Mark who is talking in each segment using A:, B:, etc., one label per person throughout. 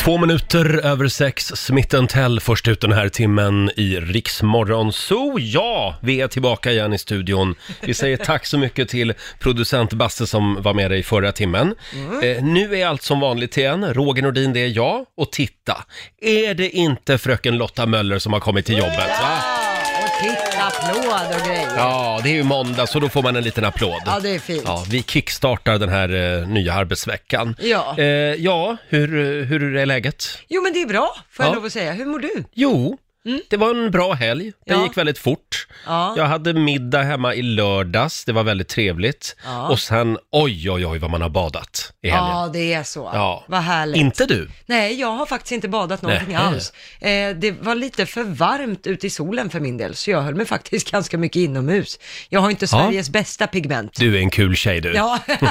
A: Två minuter över sex, smitten Tell först ut den här timmen i Riksmorgon Zoo. Ja, vi är tillbaka igen i studion. Vi säger tack så mycket till producent Basse som var med dig förra timmen. Eh, nu är allt som vanligt igen. Roger Nordin, det är jag. Och titta, är det inte fröken Lotta Möller som har kommit till jobbet? Va?
B: Och titta, applåd och grejer. Ja,
A: Ja, det är ju måndag så då får man en liten applåd.
B: det är fint.
A: Ja, vi kickstartar den här eh, nya arbetsveckan.
B: Ja.
A: Eh, ja, hur, eh, hur är läget?
B: Jo, men det är bra, får jag
A: Ja.
B: lov att säga. Hur mår du?
A: Jo, det var en bra helg. Det
B: Mm. Ja.
A: gick väldigt fort.
B: Ja.
A: Jag hade middag hemma i lördags, det var väldigt trevligt.
B: Ja.
A: Och sen, oj, oj, oj vad man har badat i helgen.
B: Ja, det är så.
A: Ja.
B: Vad härligt.
A: Inte du?
B: Nej, jag har faktiskt inte badat någonting
A: Nej.
B: alls. Eh, det var lite för varmt ute i solen för min del, så jag höll mig faktiskt ganska mycket inomhus. Jag har inte Sveriges bästa pigment.
A: Du är en kul tjej du.
B: Ja, men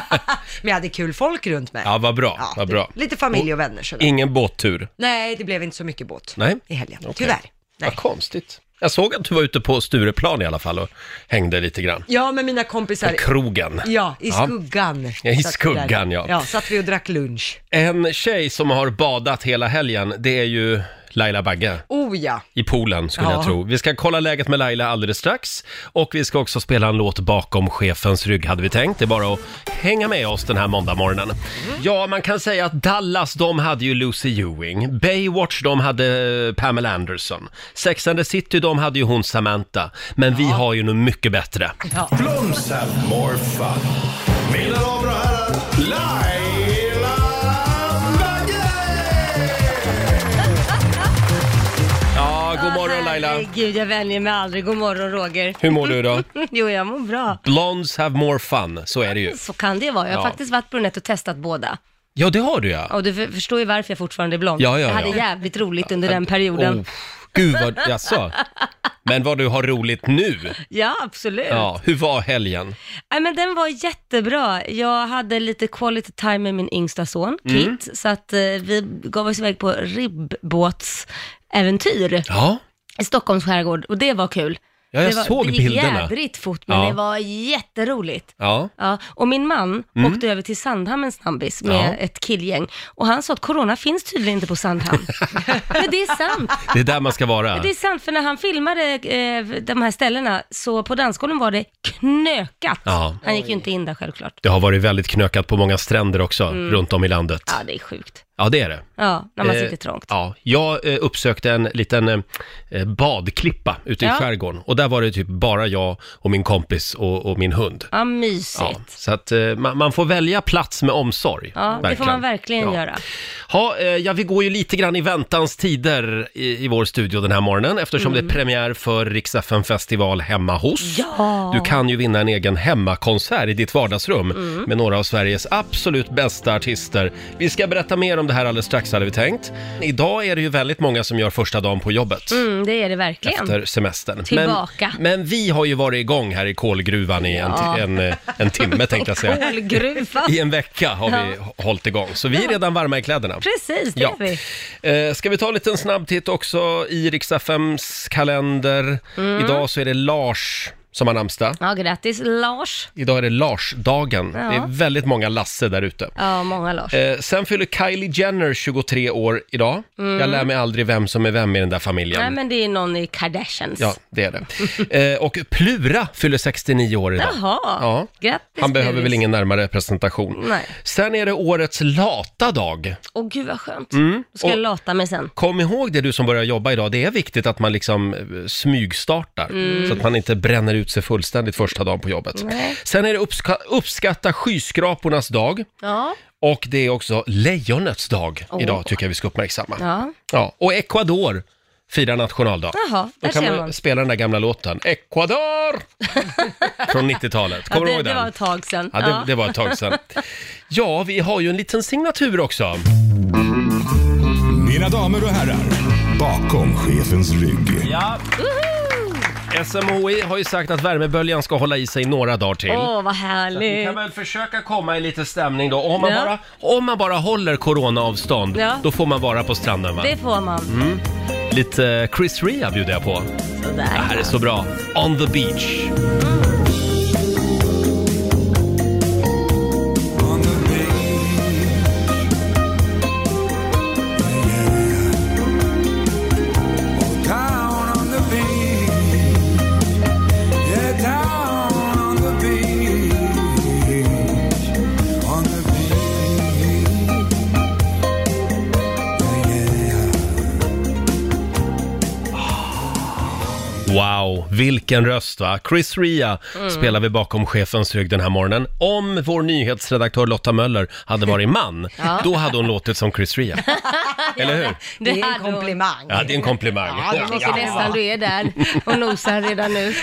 B: jag hade kul folk runt mig.
A: Ja, vad bra,
B: Ja,
A: vad
B: det-
A: bra.
B: Lite familj och vänner sådär.
A: Ingen båttur?
B: Nej, det blev inte så mycket båt
A: Nej.
B: i helgen,
A: Okej.
B: tyvärr. Nej.
A: Vad konstigt. Jag såg att du var ute på Stureplan i alla fall och hängde lite grann.
B: Ja, men mina kompisar...
A: På krogen.
B: Ja, i skuggan.
A: Ja, i
B: satt vi
A: skuggan,
B: där.
A: ja.
B: Ja, satt vi och drack lunch.
A: En tjej som har badat hela helgen, det är ju Laila Bagge.
B: Oh ja.
A: I poolen skulle
B: Ja.
A: jag tro. Vi ska kolla läget med Laila alldeles strax. Och vi ska också spela en låt bakom chefens rygg hade vi tänkt. Det är bara att hänga med oss den här måndagmorgonen.
C: Mm.
A: Ja, man kan säga att Dallas, de hade ju Lucy Ewing. Baywatch, de hade eh, Pamela Anderson. Sex and the City, de hade ju hon Samantha. Men vi har ju nu mycket bättre.
D: Blooms have more fun. Mina damer och herrar, Laila Bagge!
A: Ja, god morgon Laila.
C: Herregud, jag vänjer mig aldrig. God morgon Roger.
A: Hur mår du då?
C: Jo, jag mår bra.
A: Blondes have more fun, så är det ju.
C: Så kan det vara. Jag har
A: Ja.
C: faktiskt varit på Brunett och testat båda.
A: Ja, det har du ja.
C: Och du för- förstår ju varför jag fortfarande är blond.
A: Ja, ja,
C: jag hade
A: ja.
C: jävligt roligt under den perioden.
A: Oh, gud vad, jaså? Men vad du har roligt nu.
C: Ja, absolut.
A: Ja, hur var helgen?
C: Nej, men den var jättebra. Jag hade lite quality time med min yngsta son,
A: Mm.
C: Kit, så att eh, vi gav oss iväg på ribbåtsäventyr
A: Ja,
C: i Stockholms skärgård och det var kul.
A: Ja, jag
C: det var,
A: såg
C: det gick
A: bilderna.
C: jädrigt fort, men
A: Ja.
C: det var jätteroligt.
A: ja.
C: Ja, och min man åkte över till Sandhamn en snabbis med
A: Mm. Ja.
C: ett killgäng och han sa att corona finns tydligen inte på Sandhamn. Men det är sant.
A: Det är där man ska vara.
C: Det är sant, för när han filmade eh, de här ställena så på dansgolven var det knökat.
A: Ja.
C: Han gick ju inte in där självklart.
A: Det har varit väldigt knökat på många stränder också, runt om i landet.
C: Mm. Ja, det är sjukt.
A: Ja, det är det.
C: Ja, när man
A: Eh,
C: sitter trångt.
A: Ja, jag eh, uppsökte en liten eh, eh, badklippa ute i
C: Ja.
A: skärgården och där var det typ bara jag och min kompis och, och min hund.
C: Ja,
A: Ja,
C: mysigt.
A: så att eh, man, man får välja plats med omsorg.
C: Ja, det får man verkligen göra.
A: Ha, eh, ja, vi går ju lite grann i väntans tider i, i vår studio den här morgonen eftersom
C: Mm.
A: det är premiär för Rix FM festival hemma hos.
C: Ja.
A: Du kan ju vinna en egen hemmakonsert i ditt vardagsrum med några av Sveriges absolut bästa artister. Vi ska berätta mer om det här alldeles strax hade vi tänkt. Idag är det ju väldigt många som gör första dagen på jobbet.
C: Mm, det är det verkligen.
A: Efter semestern.
C: Tillbaka.
A: Men, men vi har ju varit igång här i kolgruvan i en, en, eh, en timme tänkte jag säga.
C: Kolgruva.
A: I en vecka har vi hållit igång, så vi är redan varma i kläderna.
C: Precis, det
A: Ja.
C: är vi.
A: Eh, ska vi ta en liten snabb titt också i Riks-FMs kalender.
C: Mm.
A: Idag så är det Lars som har namnsdag.
C: Ja, grattis Lars.
A: Idag är det Larsdagen.
C: Ja.
A: Det är väldigt många Lasse där ute.
C: Ja, många Lars.
A: Eh, sen fyller Kylie Jenner 23 år idag. Jag lär mig aldrig vem som är vem i den där familjen.
C: Mm. Nej, men det är någon i Kardashians.
A: Ja, det är det. Eh, och Plura fyller 69 år idag.
C: Jaha,
A: Ja.
C: grattis
A: Han behöver
C: Pluris.
A: väl ingen närmare presentation.
C: Nej.
A: Sen är det årets lata dag. Mm.
C: Åh gud vad skönt. Då ska
A: och-
C: jag lata mig sen.
A: Kom ihåg det du som börjar jobba idag, det är viktigt att man liksom eh, smygstartar. Så att man inte bränner ut sig fullständigt första dagen på jobbet.
C: Mm. Nej.
A: Sen är det uppska uppskatta skyskrapornas dag.
C: Ja.
A: Och det är också lejonets dag
C: Åh.
A: idag, tycker jag vi ska uppmärksamma. Ja.
C: Ja.
A: Och Ecuador firar nationaldag.
C: Jaha,
A: Då
C: där
A: kan
C: ser
A: man,
C: man.
A: spela den där gamla låten, Ecuador! Från 90-talet.
C: Ja,
A: Kommer du
C: det,
A: ihåg
C: det
A: den?
C: var ett tag sedan.
A: Ja, det, det var ett tag sedan. Ja, vi har ju en liten signatur också.
D: Mina damer och herrar, bakom chefens rygg.
A: Ja. SMHI E har ju sagt att värmeböljan ska hålla i sig några dagar till.
C: Åh, vad
A: Vi
C: härligt.
A: kan väl försöka komma i lite stämning då. Om man,
C: Ja.
A: bara, om man bara håller coronaavstånd,
C: Ja.
A: då får man vara på stranden va?
C: Det får man.
A: Mm. Lite Chris Rea bjuder jag på. Det
C: Sådär.
A: här är så bra. On the beach.
D: On the beach. Yeah,
A: Wow, vilken röst va? Chris Ria
B: Mm.
A: spelar vi bakom chefens rygg den här morgonen. Om vår nyhetsredaktör Lotta Möller hade varit man,
C: Ja.
A: då hade hon låtit som Chris Ria. Eller hur?
B: Det är en
C: hade hon.
B: komplimang.
A: Ja, det är en komplimang.
B: Ja, det
C: Jag
B: Ja.
C: tycker nästan du är där och nosar redan nu.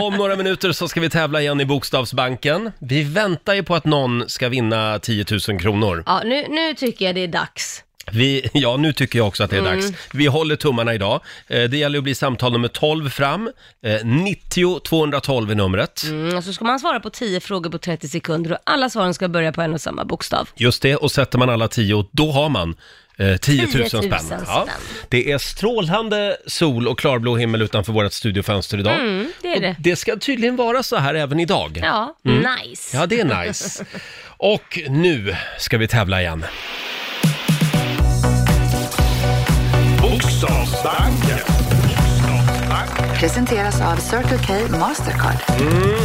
A: Om några minuter så ska vi tävla igen i Bokstavsbanken. Vi väntar ju på att någon ska vinna 10 000 kronor.
C: Ja, nu, nu tycker jag det är dags.
A: Vi, ja, nu tycker jag också att det är dags. Vi håller tummarna idag. Eh, Det gäller att bli samtal nummer 12 fram. Eh, 90 212 är numret.
C: Mm, och så ska man svara på 10 frågor på 30 sekunder och alla svaren ska börja på en och samma bokstav.
A: Just det, och sätter man alla 10, då har man eh, 10 000 spänn.
C: 10 000
A: Ja.
C: spänn.
A: Det är strålande sol och klarblå himmel utanför vårt studiofönster idag.
C: Mm, det är
A: Och
C: det.
A: det ska tydligen vara så här även idag.
C: Ja, nice.
A: Mm. Ja, det är nice. Och nu ska vi tävla igen.
D: Bokstavsbanken.
E: Presenteras av Circle K Mastercard.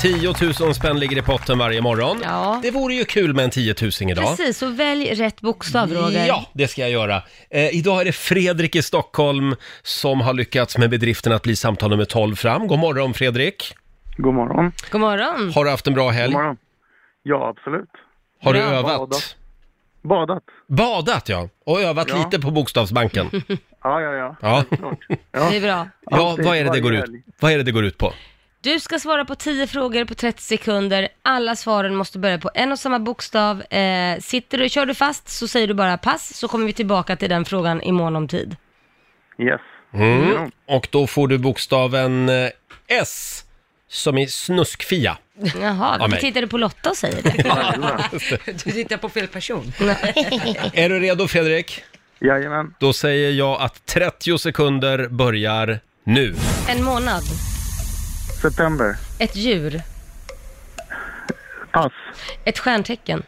A: 10 000 Mm. spänn ligger i potten varje morgon.
C: Ja.
A: Det vore ju kul med en 10 000 idag.
C: Precis, så välj rätt bokstav Roger.
A: Ja, det ska jag göra. Eh, idag är det Fredrik i Stockholm som har lyckats med bedriften att bli samtal nummer 12 fram. God morgon Fredrik!
F: God morgon.
C: God morgon.
A: Har du haft en bra helg?
F: God morgon. Ja, absolut.
A: Har du
C: Bra.
A: övat?
F: Badat. Badat.
A: Badat ja, och övat
F: Ja.
A: lite på Bokstavsbanken.
F: Ja, ja, ja.
A: Ja.
C: Det är bra.
A: ja,
F: Alltid,
A: vad är, det det
F: varje
A: går ut,
F: helg.
A: vad är det det går ut på?
C: Du ska svara på 10 frågor på 30 sekunder. Alla svaren måste börja på en och samma bokstav. Eh, sitter du, kör du fast så säger du bara pass så kommer vi tillbaka till den frågan i mån om tid.
F: Yes.
A: Mm. Och då får du bokstaven eh, S som i snuskfia.
C: Jaha,
A: Ja,
C: varför
A: men-
C: tittar du på Lotta och säger det?
B: Du tittar på fel person.
A: Är du redo Fredrik?
F: Jajamän.
A: Då säger jag att 30 sekunder börjar nu.
C: En månad.
F: September.
C: Ett djur.
F: Pass.
C: Ett stjärntecken.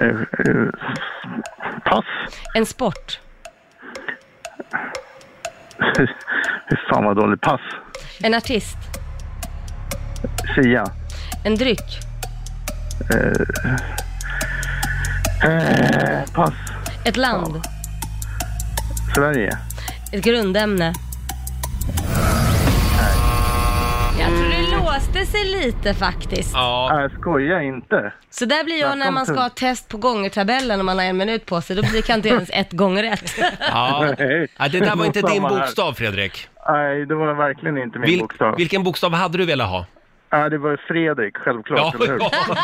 F: Eh, eh, pass.
C: En sport.
F: Fy fan vad dåligt. Pass.
C: En artist.
F: Sia.
C: En dryck.
F: Eh, pass.
C: Ett land.
F: Sverige.
C: Ett grundämne. Jag tror det låste sig lite faktiskt.
A: Ja,
F: Nej, skoja inte.
C: Så där blir jag när man ska ha test på gångertabellen och man har en minut på sig. Då blir det inte ens ett gånger rätt.
A: ja.
F: Nej.
A: ja det där var inte
F: Samma
A: din
F: här.
A: bokstav Fredrik.
F: Nej, det var verkligen inte min
A: Vil-
F: bokstav.
A: vilken bokstav hade du velat ha?
F: Nej, det var Fredrik, självklart. eller hur?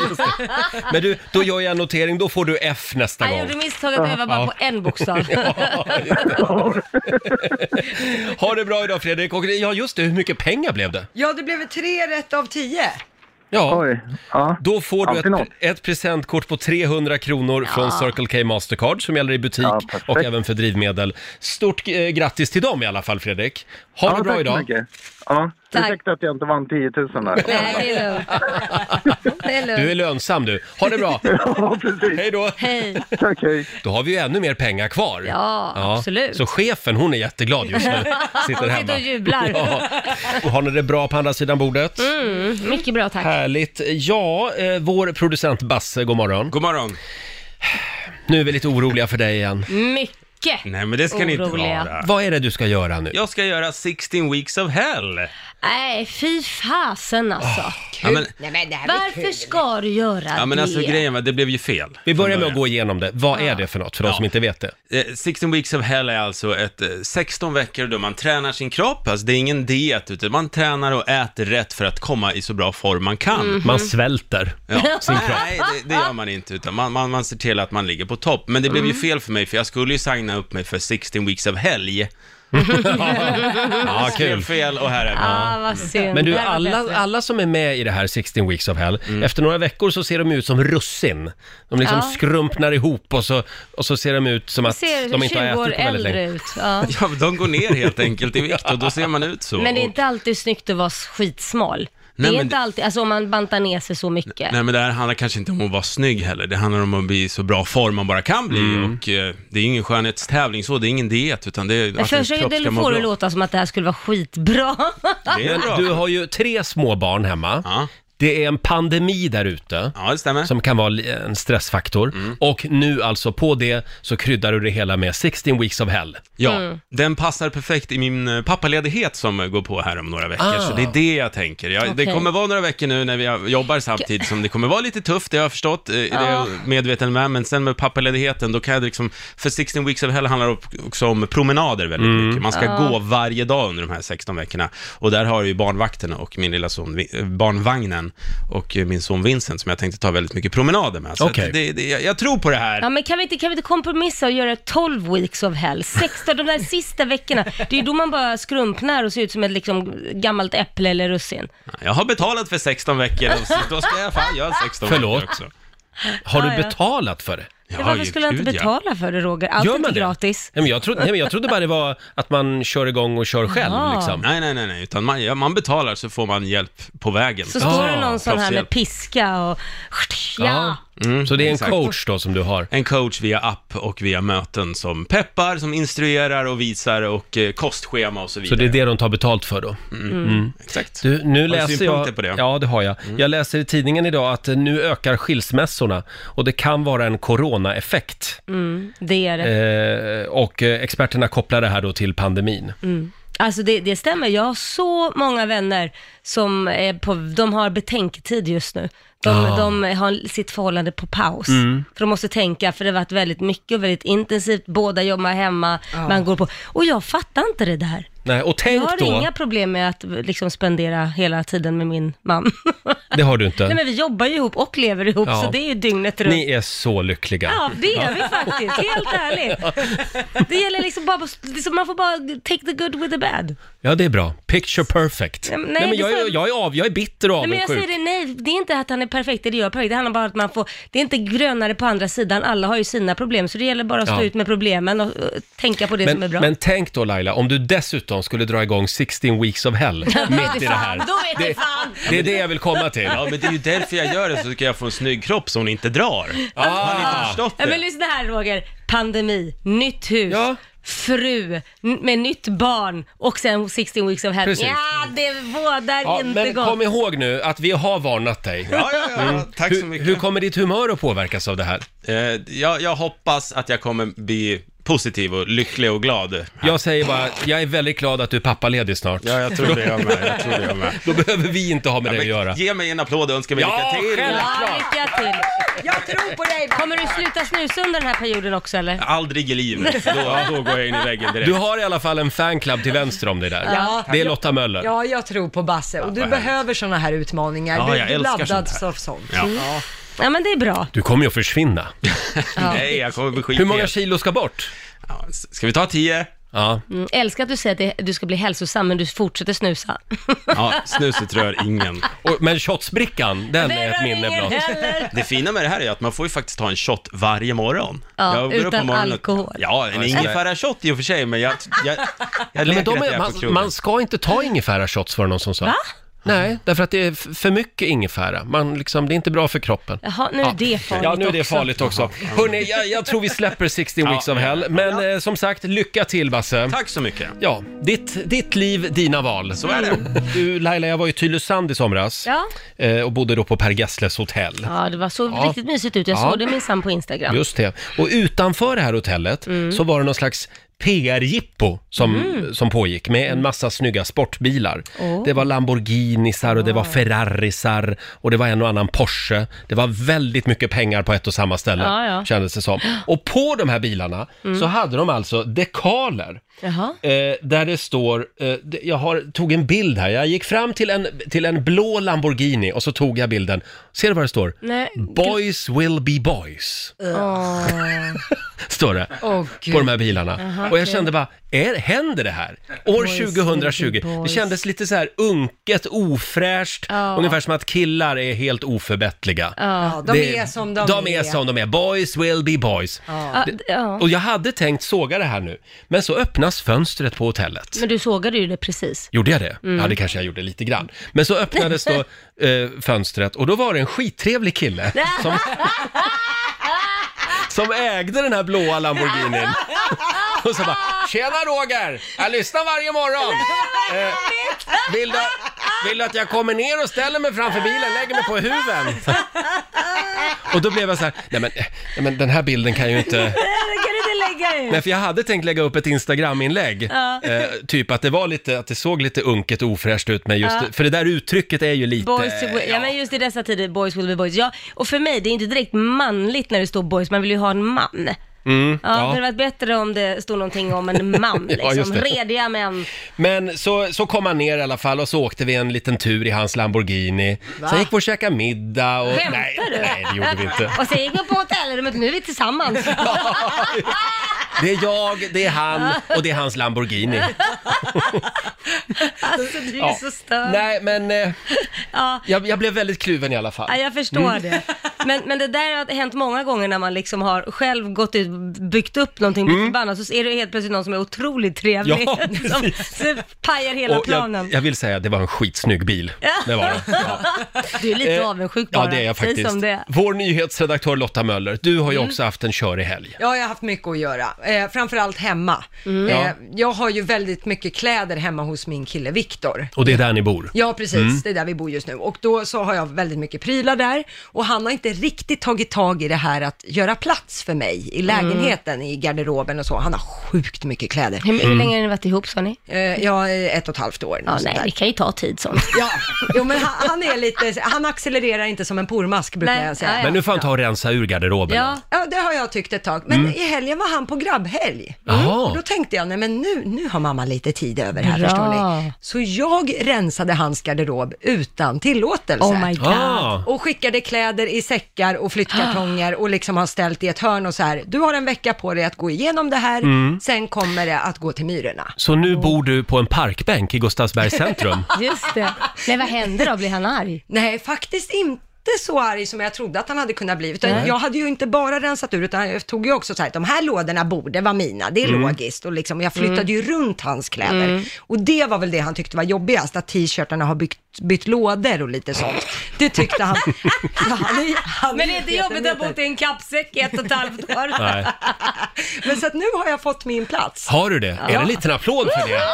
A: just det. Men du, då gör jag en notering, då får du F nästa
C: Jag
A: gång.
C: gjorde misstaget att öva bara på en bokstav.
A: Ha det bra idag Fredrik. Och ja, just det, hur mycket pengar blev det?
B: Ja, det blev tre rätt av tio.
A: Ja,
F: Oj. Ja.
A: då får du
F: Alltid
A: ett,
F: något.
A: ett presentkort på 300 kronor från Circle K Mastercard som gäller i butik
F: Ja, perfekt.
A: och även för drivmedel. Stort eh, grattis till dem i alla fall Fredrik. Ha
F: ja,
A: det bra
F: tack så
A: idag.
F: mycket. Ja,
C: Tack.
F: ursäkta att jag inte vann 10 000 där.
C: Nej, det är lugnt. Det är
A: Du är
C: lugnt.
A: lönsam du. Ha det bra.
F: Ja, precis.
A: Hej då.
C: Hej.
F: Tack, hej.
A: Då har vi ju ännu mer pengar kvar.
C: Ja, absolut.
A: Så chefen, hon är jätteglad just nu. Sitter
C: Hon
A: hemma.
C: sitter och jublar.
A: Ja. Och har ni det bra på andra sidan bordet?
C: Mm, mycket bra tack.
A: Härligt. Ja, eh, vår producent Basse, god morgon.
G: God morgon. Mm.
A: Nu är vi lite oroliga för dig igen.
C: Mycket.
G: Nej men det ska ni inte
C: Oroliga.
G: vara.
A: Vad är det du ska göra nu?
G: Jag ska göra 16 weeks of hell.
C: Nej, fy fasen alltså.
G: Ja men,
B: Nej, men det här var
C: Varför ska du göra
G: ja, men alltså
C: det?
G: grejen var, det blev ju fel.
A: Vi börjar
G: från
A: med att
G: början.
A: gå igenom det. Vad är det för något, för de som inte vet det?
G: Eh, 16 weeks of hell är alltså ett eh, 16 veckor då man tränar sin kropp, alltså det är ingen diet, utan man tränar och äter rätt för att komma i så bra form man kan.
C: Mm-hmm.
A: Man svälter.
G: Ja. Nej, det, det gör man inte, utan man, man, man ser till att man ligger på topp. Men det blev
A: Mm.
G: ju fel för mig, för jag skulle ju signa upp mig för 16 weeks of helg.
A: Ja,
G: Skrev
A: kul.
G: fel och här är vi.
C: Ah, vad synd.
A: Mm. Men du,
C: Det här var
A: alla,
C: bättre.
A: alla som är med i det här 16 Weeks of Hell,
G: Mm.
A: efter några veckor så ser de ut som russin. De liksom
C: Ja.
A: skrumpnar ihop och så, och så ser de ut som att
C: ser
A: de inte har
C: 20
A: ätit på
C: år
A: väldigt
C: äldre
A: länge.
C: ut. Ja.
G: Ja, de går ner helt enkelt i vikt och då ser man ut så.
C: Men det är
G: Och-
C: inte alltid snyggt att vara skitsmal.
G: Nej,
C: det är
G: men
C: inte
G: det-
C: alltid, alltså om man bantar ner sig så mycket.
G: Nej men det här handlar kanske inte om att vara snygg heller, det handlar om att bli i så bra form man bara kan bli
C: Mm.
G: och eh, det är ingen skönhetstävling så, det är ingen diet utan det är alltså
C: Men först
G: ens
C: är det får det låta som att det här skulle vara skitbra.
G: Det är bra.
A: Du har ju tre små barn hemma.
G: Ja.
A: Det är en pandemi där ute.
G: Ja, det stämmer. Mm.
A: Som kan vara li- en stressfaktor. Och nu alltså på det så kryddar du det hela med 16 weeks of hell.
G: Ja,
C: Mm.
G: den passar perfekt i min eh, pappaledighet som eh, går på här om några veckor,
A: Ah.
G: så det är det jag tänker. Jag, Det
C: Okej.
G: kommer vara några veckor nu när vi har- jobbar samtidigt som det kommer vara lite tufft, det har jag förstått, eh, det är
C: Ah.
G: jag medveten med, men sen med pappaledigheten, då kan jag liksom, för 16 weeks of hell handlar det också om promenader väldigt mycket. Man ska
C: Ah.
G: gå varje dag under de här 16 veckorna, och där har jag ju barnvakterna och min lilla son, Vi- eh, barnvagnen, och eh, min son Vincent, som jag tänkte ta väldigt mycket promenader med. Så
A: Okej.
G: att det, det, jag, jag tror på det här.
C: Ja, men kan vi, inte, kan vi inte kompromissa och göra 12 weeks of hell? 16, de där sista veckorna. Det är ju då man bara skrumpnar och ser ut som ett liksom, gammalt äpple eller russin.
G: Jag har betalat för 16 veckor, och så- då ska jag fan göra 16
A: Förlåt?
G: veckor också.
A: Har
C: Ja,
A: du
C: ja.
A: betalat för det?
C: Ja, Varför skulle jag inte
G: gud, ja.
C: betala för det Roger? Allt är inte gratis.
A: Nej, men jag, trodde, nej, men jag trodde bara det var att man kör igång och kör själv
C: Ja.
A: liksom.
G: Nej, nej, nej, nej, utan man, ja, man betalar så får man hjälp på vägen.
C: Så står det
A: Ja,
C: någon sån här med
G: proffshjälp. Mm,
C: piska och... Ja.
A: Så det är en
G: exakt.
A: coach då som du har.
G: En coach via app och via möten som peppar, som instruerar och visar och eh, kostschema och så
A: Så
G: vidare. Mm.
A: det är det de tar betalt för då?
C: Mm.
A: Mm.
G: Exakt.
A: Du, nu
G: du
A: läser
G: synpunkter
A: jag...
G: på det? Mm.
A: Ja, det har jag. Jag läser i tidningen idag att eh, nu ökar skilsmässorna och det kan vara en corona-effekt.
C: Mm, Det är det.
A: Eh, och eh, experterna kopplar det här då till pandemin.
C: Alltså det, det stämmer, jag har så många vänner som är på, de har betänketid just nu. De,
A: Ah. Mm.
C: de har sitt förhållande på paus. För de måste tänka, för det har varit väldigt mycket och väldigt intensivt, båda jobbar hemma, man går på. Och jag fattar inte det där.
A: Nej, och
C: Jag
A: tänk
C: har
A: då...
C: inga problem med att liksom spendera hela tiden med min man.
A: Det har du inte.
C: Nej men vi jobbar ju ihop och lever ihop,
A: Ja.
C: så det är ju dygnet runt.
A: Ni är så lyckliga.
C: Ja, det är vi faktiskt, helt ärligt. Det gäller liksom bara, liksom, man får bara take the good with the bad.
A: Ja, det är bra. Picture perfect.
C: Ja, men nej,
A: Nej, men
C: det
A: jag,
C: får-
A: är, jag, är av, jag är bitter och
C: Nej, men jag säger
A: avundsjuk.
C: det, nej, det är inte att han är perfekt eller jag är perfekt. Det handlar bara om att man får, det är inte grönare på andra sidan. Alla har ju sina problem, så det gäller bara att stå
A: Ja.
C: ut med problemen och, eh, tänka på det som är
A: Men,
C: bra.
A: men tänk då Laila, om du dessutom skulle dra igång 16 weeks of hell mitt i det här.
C: Då vet det, fan!
A: Det är det jag vill komma till.
G: Ja, men det är ju därför jag gör det, så ska jag få en snygg kropp som hon inte drar.
A: Ah.
G: Har ni inte förstått
C: Ah. Ja, men
G: det?
C: lyssna här Roger. Pandemi, nytt hus,
A: Ja.
C: fru, n- med nytt barn och sen 16 weeks of hell.
A: Precis.
C: Ja, det vådar
A: Ja,
C: inte
A: men
C: gott.
A: kom ihåg nu att vi har varnat dig. Mm.
G: Ja, ja, ja, tack så
A: Hur,
G: mycket.
A: hur kommer ditt humör att påverkas av det här?
G: Eh, jag, jag hoppas att jag kommer bli positiv och lycklig och glad.
A: Jag säger bara, jag är väldigt glad att du är pappaledig snart.
G: Ja, jag tror det jag med. Jag tror det jag med.
A: Då behöver vi inte ha med det
G: Men
A: att göra.
G: Ge mig en applåd och önska mig
A: Ja,
G: lycka till.
A: själv.
C: Ja, lycka till.
B: Jag tror på dig!
C: Kommer du sluta snusa under den här perioden också eller?
G: Aldrig i livet. Då, då går jag in i väggen direkt.
A: Du har i alla fall en fanclub till vänster om dig där.
B: Ja.
A: det är Lotta Möller.
B: Ja, jag tror på Basse och du
G: vad härligt.
B: behöver sådana här utmaningar.
G: Ja,
B: du
G: jag
B: du är
G: älskar
B: laddad
G: sånt här.
B: av sånt.
G: Ja.
C: Ja, men det är bra.
A: Du kommer ju att försvinna.
G: Nej, jag kommer bli skit
A: Hur många kilo ska bort?
G: ja, s- Ska vi ta tio?
A: Ja,
C: Mm, älskar att du säger att det- du ska bli hälsosam, men du fortsätter snusa.
G: Ja, snuset rör ingen.
A: och, men shotsbrickan, den är ett minne blott.
C: heller.
G: Det fina med det här är att man får ju faktiskt ta en shot varje morgon.
C: Ja,
G: Jag går upp på
C: utan
G: morgonen och-
C: alkohol.
G: Ja, en ingefära-shot i och för sig, men jag, jag, jag
A: Nej, men
G: leker
A: de
G: att jag
A: är,
G: är på
A: man, man
G: krogen.
A: ska inte ta ingefärashots var det någon som sa.
C: Va?
A: Nej, därför att det är f- för mycket ingefära. Man liksom, det är inte bra för kroppen.
C: Jaha, nu är det farligt
A: Ja, nu är det
C: också.
A: farligt också. Hörrni, jag, jag tror vi släpper 16 weeks of hell. Men eh, som sagt, lycka till Basse.
G: Tack så mycket.
A: Ja, ditt, ditt liv, dina val.
G: Så är det.
A: Du Laila, jag var i Tylösand i somras
C: Ja.
A: eh, och bodde då på Per Gessles hotell.
C: Ja, det var så riktigt mysigt ut. Jag
A: Ja.
C: såg det minsann på Instagram.
A: Just det. Och utanför det här hotellet
C: Mm.
A: så var det någon slags PR-jippo som, som pågick med en massa snygga sportbilar.
C: Åh. Ah.
A: Det var Lamborghinisar och det var Ferrarisar och det var en och annan Porsche. Det var väldigt mycket pengar på ett och samma ställe
C: Ja, Mm. ja.
A: kändes det som. Och på de här bilarna så hade de alltså dekaler.
C: Jaha.
A: Eh, där det står, eh, det- jag har, tog en bild här, jag gick fram till en, till en blå Lamborghini och så tog jag bilden. Ser du vad det står?
C: Nej, gl-
A: Boys will be boys
F: Eh.
C: Åh.
A: står det
B: Åh,
A: på
B: gud.
A: de här bilarna. och jag kände bara, är, händer det här? År
C: Boys,
A: 2020.
C: baby
A: Det
C: boys.
A: kändes lite så här unket, ofräscht,
C: Ja.
A: ungefär som att killar är helt oförbättliga.
B: Ja, de
A: Det-
B: är som de,
A: de är. som de är. Boys will be boys.
C: Ja, d- ja.
A: Och jag hade tänkt såga det här nu, men så öppnas fönstret på hotellet.
C: Men du sågade ju det precis.
A: Gjorde jag det? Ja, det kanske jag gjorde lite grann. Men så öppnades då eh, fönstret och då var det en skittrevlig kille som, som ägde den här blåa Lamborghinin. Och så bara, tjena Roger! Jag lyssnar varje morgon! Eh, vill, du, Vill du att jag kommer ner och ställer mig framför bilen, lägger mig på huven? Och då blev jag så här, nej men, nej men den här bilden kan ju inte...
C: Det kan du inte lägga ut.
A: Nej, för jag hade tänkt lägga upp ett Instagram-inlägg. Eh, typ att det var lite, att det såg lite unket och ofräscht ut med just det, För det där uttrycket är ju lite...
C: Boys to, ja.
A: ja.
C: men just i dessa tider, boys will be boys. Ja, och för mig, det är inte direkt manligt när det står boys, man vill ju ha en man.
A: Mm,
C: Ja, Det
A: ja.
C: hade varit bättre om det stod någonting om en man,
A: Ja, just
C: liksom.
A: det.
C: Rediga män.
A: Men så, så kom han ner i alla fall och så åkte vi en liten tur i hans Lamborghini. Sen gick vi och käkade middag och...
C: Skämtar
A: nej,
C: du?
A: nej, det gjorde vi inte.
C: Och sen gick vi på hotellrummet, nu är vi tillsammans.
A: Det är jag, det är han och det är hans Lamborghini.
C: Alltså du är
A: Ja.
C: så störd.
A: Nej, men eh,
C: Ja.
A: jag, jag blev väldigt kluven i alla fall. Mm.
C: Ja, jag förstår det. Men, men det där har hänt många gånger när man liksom har själv gått ut, byggt upp någonting, blivit förbannad, så är det helt plötsligt någon som är otroligt trevlig.
A: Mm. Ja,
C: som, som pajar hela
A: Och
C: planen.
A: jag, jag vill säga att det var en skitsnygg bil. Det var det. Ja.
C: Du är lite
A: Eh,
C: avundsjuk bara.
A: Ja, det är jag
C: Säg
A: faktiskt.
C: Som det. är. Mm.
A: Vår nyhetsredaktör Lotta Möller, du har ju också haft en körig helg.
B: Ja, jag har haft mycket att göra. Eh, framförallt hemma.
A: Ja.
C: Mm.
B: Eh, jag har ju väldigt mycket kläder hemma hos min kille Viktor.
A: Och det är där ni bor. Mm.
B: Ja, precis. Det är där vi bor just nu. Och då så har jag väldigt mycket prylar där. Och han har inte riktigt tagit tag i det här att göra plats för mig
C: Mm.
B: i lägenheten, i garderoben och så. Han har sjukt mycket kläder.
C: Hur,
A: Mm.
C: hur länge har ni varit ihop sa ni?
B: Eh, ja, ett och ett halvt år.
C: Ja,
B: något sånt
C: nej,
B: där.
C: det kan ju ta tid sånt.
B: Ja, jo, men han, han är lite, han accelererar inte som en pormask brukar
C: Nej,
B: jag säga.
C: nej.
A: Men nu får han ta och rensa ur garderoben.
C: Ja.
B: Ja, det har jag tyckt ett tag. Men i helgen var han på grabbhelg.
A: Mm. Jaha.
B: Och då tänkte jag, nej men nu, nu har mamma lite tid över här
C: Bra.
B: förstår ni. Så jag rensade hans garderob utan tillåtelse.
C: Oh my god.
A: Ah,
B: och skickade kläder i säckar och flyttkartonger och liksom har ställt i ett hörn och så här, du har en vecka på dig att gå igenom det här,
A: Mm.
B: sen kommer det att gå till Myrorna.
A: så nu bor du på en parkbänk i Gustavsbergs centrum.
C: Just det. Men vad händer då? Blir han arg?
B: Nej, faktiskt inte så arg som jag trodde att han hade kunnat bli. Utan jag hade ju inte bara rensat ur, utan jag tog ju också så här, de här lådorna borde vara mina, det är
A: Mm.
B: logiskt. Och liksom, jag flyttade
C: Mm.
B: ju runt hans kläder. Och det var väl det han tyckte var jobbigast, att t-shirtarna har byggt, bytt lådor och lite sånt. Det tyckte han. Ja, han är- han
C: Men
B: är
C: det är inte
B: ju
C: jobbigt att ha
B: petimeter.
C: bott i en kappsäck i ett och ett halvt år?
A: Nej.
B: Men så att nu har jag fått min plats.
A: Har du det? Är det en liten applåd för det? Ja.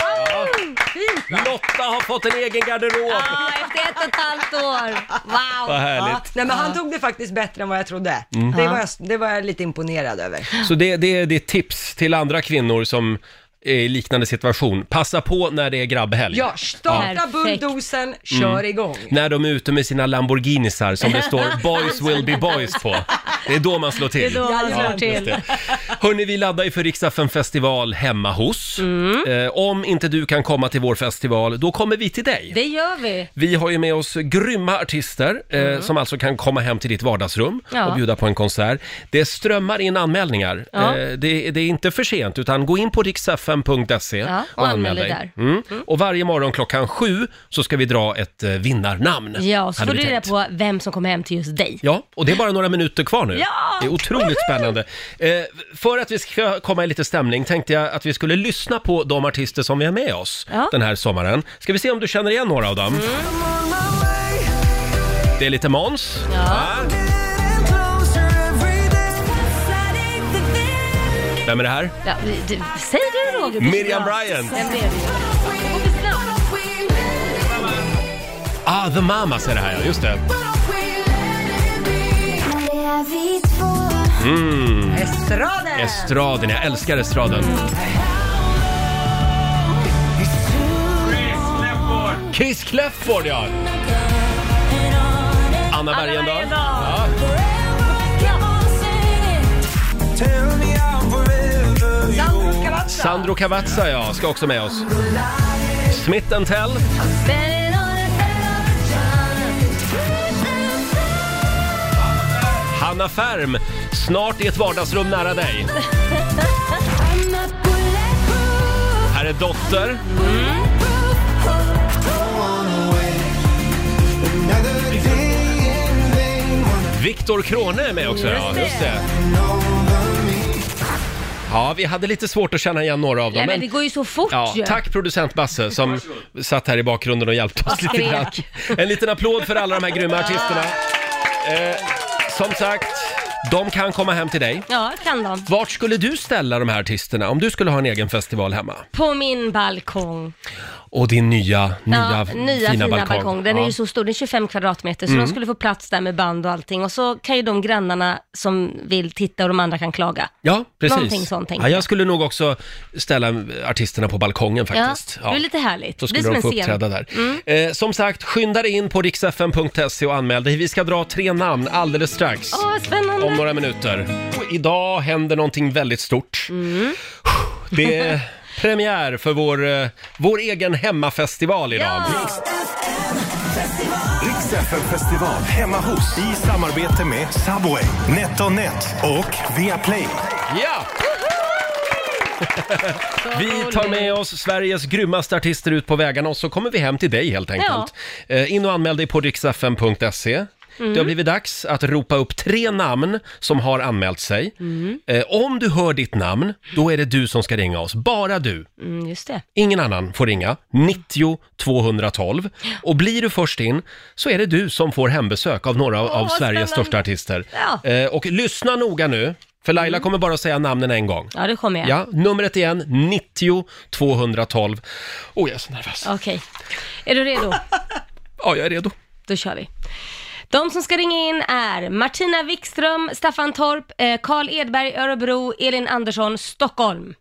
A: Lotta har fått en egen garderob!
C: Ja, efter ett och ett halvt år. Wow.
A: Vad härligt. Mm.
C: Ja.
B: Nej men han tog det faktiskt bättre än vad jag trodde. Det, var jag, det var jag lite imponerad över.
A: Så det, det är ditt tips till andra kvinnor som är i liknande situation. Passa på när det är grabbhelg.
B: Ja, starta
C: Perfekt.
B: bulldozern, kör
A: Mm.
B: igång.
A: När de är ute med sina Lamborghinisar som det står “Boys will be boys” på. Det är då man slår till.
C: Det är då han slår
A: Just
C: till.
A: det. Hörni, vi laddar ju för Riksdagen festival hemma hos.
C: Mm.
A: Eh, om inte du kan komma till vår festival, då kommer vi till dig.
C: Det gör vi.
A: Vi har ju med oss grymma artister eh, som alltså kan komma hem till ditt vardagsrum
C: Mm. Ja.
A: och bjuda på en konsert. Det strömmar in anmälningar.
C: Ja.
A: Eh, det, det är inte för sent, utan gå in på riksfm.se
C: Ja,
A: och,
C: och
A: anmäl
C: anmäl
A: dig.
C: dig
A: Mm. Och varje morgon klockan sju så ska vi dra ett eh, vinnarnamn.
C: Ja, och så
A: hade
C: får
A: vi
C: du reda
A: tänkt.
C: på vem som kommer hem till just dig.
A: Ja, och det är bara några minuter kvar nu.
C: Ja!
A: Det är otroligt spännande. Eh, för att vi ska komma i lite stämning tänkte jag att vi skulle lyssna på de artister som vi har med oss
C: Ja. Mm.
A: den här sommaren. Ska vi se om du känner igen några av dem? Det är lite Måns. Vem är det här?
C: Ja, du, säg du Roger.
A: Miriam
C: Ja.
A: Bryant.
C: Vem blev det?
A: Ah, The Mamas är det här ja, just det.
B: Estraden!
A: Mm. Estraden, jag älskar estraden. Chris Kläfford ja! Anna Bergendahl. Ja.
B: Sandro Cavazza.
A: Sandro Cavazza ja, ska också med oss. Smith and Tell. Hanna Färm, snart i ett vardagsrum nära dig. Här är Dotter. Viktor Krone är med också. Ja, just det. Ja, vi hade lite svårt att känna igen några av dem.
C: Nej, men det går ju så fort
A: Ja,
C: ju.
A: tack producent Basse som satt här i bakgrunden och hjälpte oss lite
C: skrek.
A: grann. En liten applåd för alla de här grymma artisterna. Eh, som sagt, de kan komma hem till dig.
C: Ja, kan de.
A: Vart skulle du ställa de här artisterna om du skulle ha en egen festival hemma?
C: På min balkong.
A: Och din nya, nya,
C: ja, nya fina, balkong. Den
A: Ja. Mm.
C: är ju så stor, den är 25 kvadratmeter, så de skulle få plats där med band och allting. Och så kan ju de grannarna som vill titta och de andra kan klaga.
A: Ja, precis.
C: Någonting sånt tänker
A: ja, jag
C: jag.
A: skulle nog också ställa artisterna på balkongen faktiskt.
C: Ja, det är lite härligt.
A: Då
C: Det blir
A: skulle de
C: som
A: få
C: en scen. Mm.
A: uppträda där. Eh, som sagt, skynda dig in på riksfn.se och anmäl dig. Vi ska dra tre namn alldeles strax.
C: Åh, vad spännande!
A: Om några minuter. Och Idag händer någonting väldigt stort. Det
D: Mm.
A: är premiär för vår, eh, vår egen hemmafestival idag.
D: Riksfn festival hemma hos i samarbete med Subway, NetOnNet och Viaplay.
A: Ja! Vi tar med oss Sveriges grymmaste artister ut på vägarna och så kommer vi hem till dig helt enkelt. Eh, In och anmäl dig på riksfn.se. Det
D: Mm.
A: har blivit dags att ropa upp tre namn som har anmält sig. Eh, Om du hör ditt namn, då är det du som ska ringa oss. Bara du.
C: Mm, just det.
A: Ingen annan får ringa. 90 212. Och blir du först in så är det du som får hembesök av några av
C: vad spännande.
A: Sveriges största artister.
C: Ja. Mm.
A: Eh, Och lyssna noga nu, för Laila kommer bara säga namnen en gång.
C: Ja, det kommer jag.
A: Ja, numret igen, 90 212. Åh, Oh, jag är så nervös.
C: Okej. Är du redo?
A: Ja, jag är redo.
C: Då kör vi. De som ska ringa in är Martina Wikström, Staffan Torp, eh, Carl Edberg, Örebro, Elin Andersson, Stockholm.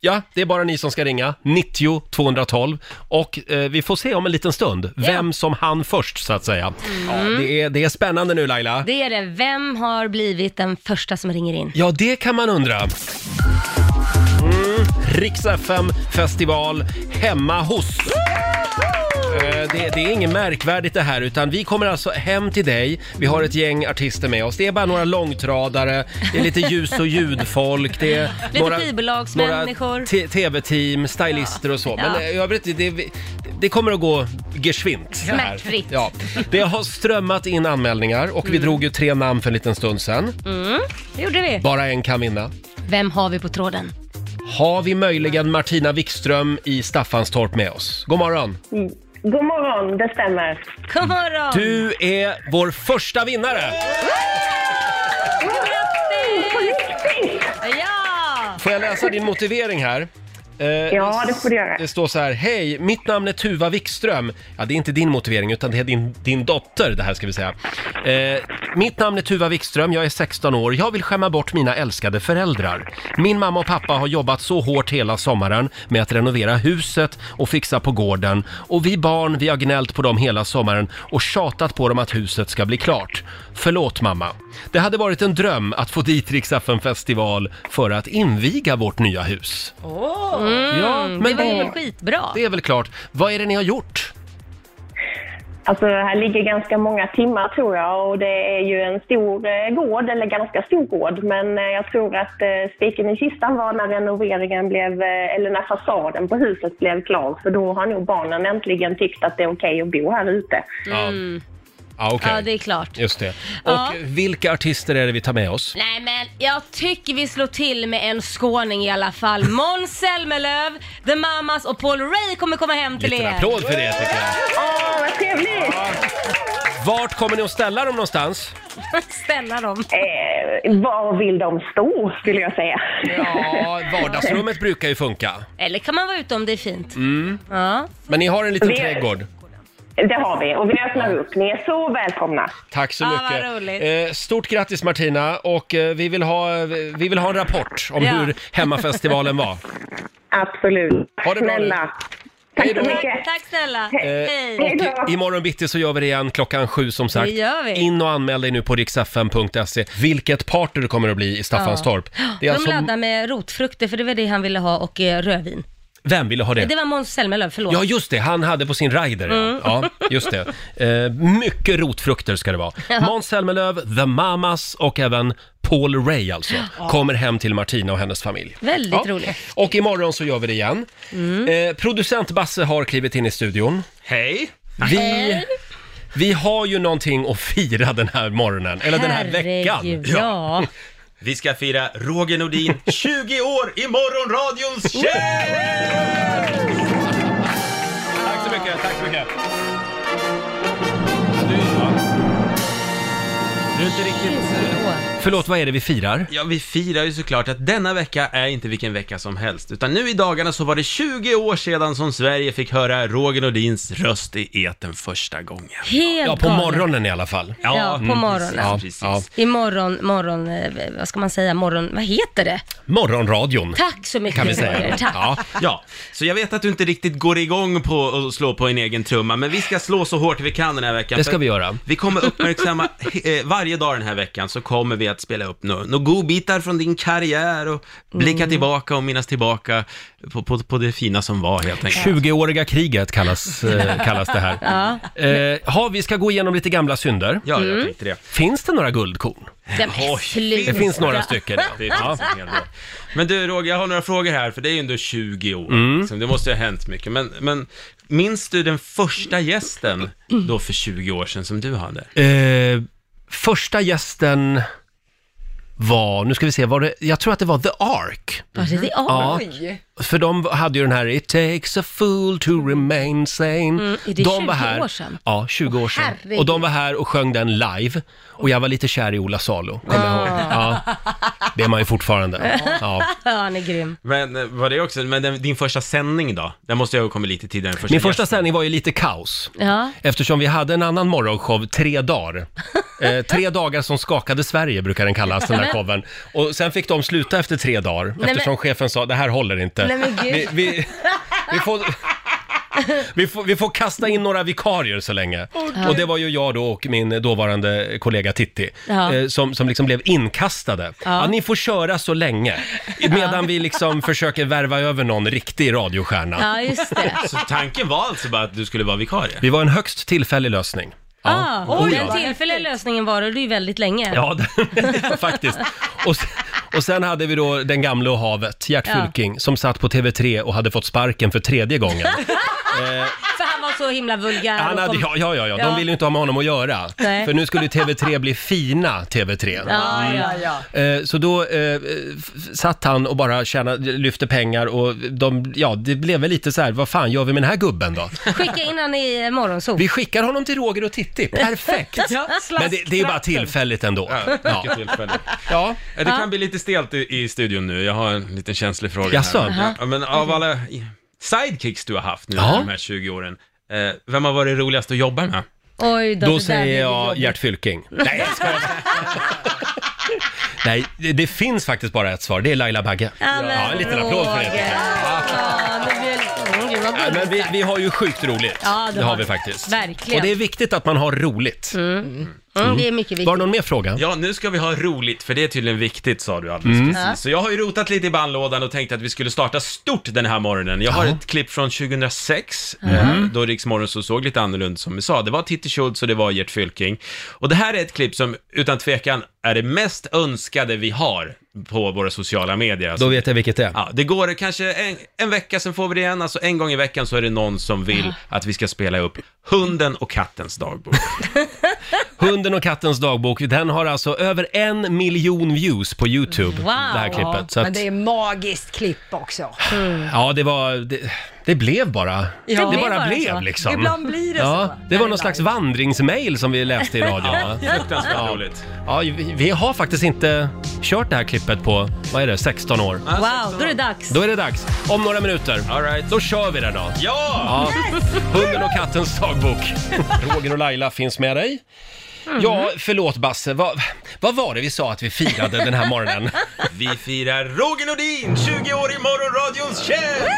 A: Ja, det är bara ni som ska ringa, 90 212. Och eh, vi får se om en liten stund vem som hann först, så att säga.
C: Mm.
A: Ja, det, är, det är spännande nu, Laila.
C: Det är det. Vem har blivit den första som ringer in?
A: Ja, det kan man undra. Mm. Rix FM festival hemma hos. Eh, Det, det är inget märkvärdigt det här utan vi kommer alltså hem till dig. Vi har ett gäng artister med oss. Det är bara några långtradare, det är lite ljus och ljudfolk, det är
C: Lite
A: några,
C: skivbolagsmänniskor.
A: några te- tv-team, stylister och så. Men
C: Ja.
A: eh, i övrigt, det, det, det kommer att gå geschwint. det här.
C: Smärtfritt. Mm.
A: Ja. Det har strömmat in anmälningar och vi drog ju tre namn för en liten stund sedan.
C: Det gjorde vi.
A: Bara en kan vinna.
C: Vem har vi på tråden?
A: Har vi möjligen Martina Wikström i Staffanstorp med oss? God morgon!
H: God morgon, det stämmer.
C: God morgon!
A: Du är vår första vinnare!
C: Ja!
A: Får jag läsa din motivering här? Eh,
H: Ja, det får du göra.
A: Det står så här, hej, mitt namn är Tuva Wikström. Ja, det är inte din motivering, utan det är din, din dotter, det här ska vi säga. Eh, mitt namn är Tuva Wikström, jag är 16 år. Jag vill skämma bort mina älskade föräldrar. Min mamma och pappa har jobbat så hårt hela sommaren med att renovera huset och fixa på gården. Och vi barn, vi har gnällt på dem hela sommaren och tjatat på dem att huset ska bli klart. Förlåt mamma. Det hade varit en dröm att få dit Rix festival för att inviga vårt nya hus. Ja, men
C: Mm, det var
A: det-
C: ju skitbra.
A: det är väl klart. Vad är det ni har gjort?
H: Alltså, här ligger ganska många timmar tror jag och det är ju en stor eh, gård, eller ganska stor gård, men eh, jag tror att eh, spiken i kistan var när renoveringen blev, eh, eller när fasaden på huset blev klar, för då har nog barnen äntligen tyckt att det är okej att bo här ute.
C: Mm.
A: Ja, ja okej.
C: Ja, det är klart.
A: Just det. Och
C: Ja.
A: vilka artister är det vi tar med oss?
C: Nej men jag tycker vi slår till med en skåning i alla fall. Måns Zelmerlöw, The Mamas och Paul Ray kommer komma hem till
A: Liten
C: er.
A: applåd för det tycker jag.
H: Åh, vad trevligt!
A: Vart kommer ni att ställa dem någonstans?
C: Ställa dem.
H: Eh, var vill de stå, skulle jag säga.
A: Ja, vardagsrummet brukar ju funka. Mm.
C: Eller kan man vara ute om det är fint. Ja.
A: Men ni har en liten
H: Vi-
A: trädgård.
H: Det har vi och vi öppnar upp. Ni är så välkomna.
A: Tack så
C: Ja, vad
A: mycket.
C: roligt.
A: Eh, stort grattis Martina och eh, vi vill ha, vi vill ha en rapport om
C: Ja.
A: hur hemmafestivalen var.
H: Absolut.
A: Ha det bra nu.
H: Snälla. Tack så
A: Hej då.
H: mycket.
C: Tack snälla.
A: Och
C: Hej.
A: i- imorgon bitti så gör vi det igen klockan sju som sagt.
C: Det gör vi.
A: In och anmäl dig nu på riksfn.se vilket party det kommer att bli i Staffanstorp. Det är
C: De
A: alltså,
C: laddar med rotfrukter för det var det han ville ha och eh, rödvin.
A: vem ville ha det?
C: Det var Mm. Måns Zelmerlöw, förlåt.
A: Ja, just det. Han hade på sin rider. Ja. ja, just det. Eh, mycket rotfrukter ska det vara. Måns Zelmerlöw, The Mamas och även Paul Ray alltså, kommer hem till Martina och hennes familj.
C: Väldigt roligt.
A: Och imorgon så gör vi det igen. Eh, producent Basse har klivit in i studion.
G: Hej!
A: Vi, vi har ju någonting att fira den här morgonen, eller den här veckan.
C: Herregud, Ja.
G: Vi ska fira Roger Nordin 20 år i Morgonradions tjänst!
A: Tack så mycket, tack så mycket. Du är inte riktigt...
C: Tjugo år.
A: Förlåt, vad är det vi firar?
G: Ja, vi firar ju såklart att denna vecka är inte vilken vecka som helst, utan nu i dagarna så var det 20 år sedan som Sverige fick höra Roger Nordins röst i etern första gången. mm.
C: Helt
A: Ja, på
C: galet.
A: morgonen i alla fall.
C: Ja, på morgonen.
G: Ja,
A: precis.
G: precis.
A: Ja.
C: Imorgon, morgon, eh, vad ska man säga, morgon, vad heter det?
A: Morgonradion.
C: Tack så mycket
A: Kan vi
C: Roger.
A: säga.
C: Tack.
A: Ja.
G: Ja, så jag vet att du inte riktigt går igång på att slå på en egen trumma, men vi ska slå så hårt vi kan den här veckan.
A: Det ska
G: för
A: vi göra.
G: Vi kommer uppmärksamma, eh, varje dag den här veckan så kommer vi att spela upp några no, godbitar från din karriär och blicka
C: Mm.
G: tillbaka och minnas tillbaka på, på, på det fina som var helt enkelt.
A: 20-åriga kriget kallas, eh, kallas det här.
C: Ja.
A: Eh, ha, vi ska gå igenom lite gamla synder.
G: Ja, jag tänkte det.
A: Finns det några guldkorn?
C: Ja, men
G: Oj,
A: Det
C: sluta.
A: finns några stycken. ja.
G: Det finns en hel del. Men du Roger, jag har några frågor här, för det är ju ändå 20 år.
A: Mm.
G: liksom. Det måste ju ha hänt mycket. Men, men minns du den första gästen då för 20 år sedan som du hade?
A: Eh, första gästen var, nu ska vi se, var det, jag tror att det var The Ark. Mm-hmm.
C: Var det det?
A: Ja.
C: Ja.
A: För de hade ju den här It takes a fool to remain sane.
C: Mm, är det
A: de
C: 20
A: var här,
C: år sedan?
A: Ja, 20 år sedan.
C: herregud.
A: Och de var här och sjöng den live. Och jag var lite kär i Ola Salo, kommer jag ihåg.
C: Ah.
A: Ja, det är man ju fortfarande. Ja.
C: ja, han är grym.
G: Men eh, var det också, men den, din första sändning då? Den måste jag ha kommit lite tidigare än första
A: Min första
G: gästen.
A: sändning var ju lite kaos.
C: Ja.
A: Eftersom vi hade en annan morgonshow, Tre dagar. Eh, tre dagar som skakade Sverige brukar den kallas, den där showen. Och sen fick de sluta efter tre dagar, eftersom chefen sa det här håller inte.
C: Nej, men gud.
A: vi, vi, vi, får, vi, får, vi får kasta in några vikarier så länge. Och det var ju jag då och min dåvarande kollega Titti,
C: Ja.
A: eh, som, som liksom blev inkastade. Ja. ni får köra så länge, medan vi liksom försöker värva över någon riktig radiostjärna.
C: Ja, just det.
G: Så tanken var alltså bara att du skulle vara vikarie?
A: Vi var en högst tillfällig lösning.
C: Ja. Ah, och
A: Oj,
C: den
A: ja.
C: tillfälliga lösningen varade ju väldigt länge.
A: Ja, det- faktiskt. Och, s- och sen hade vi då den gamle och havet, Gert
C: Ja.
A: Fylking, som satt på TV3 och hade fått sparken för tredje gången. Eh,
C: För han var så himla vulgär.
A: Han
C: och
A: hade,
C: kom-
A: ja, ja, ja, de
C: Ja.
A: ville ju inte ha med honom att göra.
C: Nej.
A: För nu skulle ju TV3 bli fina TV3.
C: Ja, ja, ja.
A: Eh, Så då eh, f- satt han och bara tjänade, lyfte pengar och de, ja, det blev väl lite så här, vad fan gör vi med den här gubben då?
C: Skicka in han i eh, morgonsol.
A: Vi skickar honom till Roger och Titti, perfekt! Men det, det är ju bara tillfälligt ändå. Ja.
G: Vilket tillfälle.
A: Ja.
G: Eh, Det kan bli lite stelt i, i studion nu, jag har en liten känslig fråga
A: Jaså?
G: här. Ja, men av alla i- sidekicks du har haft nu
A: Ja.
G: under de här 20 åren, eh, vem har varit roligast att jobba med?
C: Oj då, det
A: Då
C: där blir
A: säger jag
C: jobbigt.
A: Gert Fylking. Nej, jag skojar. Nej, det, det finns faktiskt bara ett svar. Det är Laila Bagge.
C: Ja, men
A: en liten applåd för det.
C: Roger. Ja, nu blir jag lite... Mm, gud, vad
A: Nej,
C: gulligt.
A: men vi, vi har ju sjukt roligt.
C: Ja, det
A: det har
C: har
A: vi
C: vi.
A: faktiskt.
C: Verkligen.
A: Och det är viktigt att man har roligt.
C: Mm, det är mycket
A: Var det
C: viktigt.
A: någon mer fråga?
G: Ja, nu ska vi ha roligt, för det är tydligen viktigt sa du
A: Mm.
G: alldeles precis. Så jag har ju rotat lite i bandlådan och tänkt att vi skulle starta stort den här morgonen. Jag har ett klipp från 2006, eh,
A: Mm.
G: då Riks så såg lite annorlunda som vi sa. Det var Titti Schultz och det var Gert Fylking. Och det här är ett klipp som utan tvekan är det mest önskade vi har på våra sociala medier.
A: Då
G: Alltså,
A: vet jag vilket det är.
G: Ja, det går kanske en, en vecka, sen får vi det igen. Alltså en gång i veckan så är det någon som vill att vi ska spela upp Hunden och kattens dagbok.
A: Hunden och kattens dagbok, den har alltså över en miljon views på YouTube,
C: Wow.
A: det här klippet. Så
B: Men
A: att,
B: det är magiskt klipp också.
A: ja, det var... Det, det blev bara.
B: Ja.
A: Det
C: blev
A: bara
C: bara
A: blev
C: så.
A: liksom.
B: Ibland blir det
A: Ja,
B: så.
A: det var
B: När
A: någon
B: är
A: slags
B: live.
A: vandringsmail som vi läste i radion. va?
G: Fruktansvärt roligt.
A: Ja, vi, vi har faktiskt inte kört det här klippet på, vad är det, 16 år.
C: Wow, då är det dags.
A: Då är det dags. Om några minuter.
G: All right.
A: Då kör vi den då.
G: Ja!
A: Ja. Hunden och kattens dagbok. Roger och Laila finns med dig.
C: Mhm.
A: Ja, förlåt Basse. Vad, vad var det vi sa att vi firade den här morgonen?
G: Vi firar Roger Nordin, 20 år i morgonradions tjänst!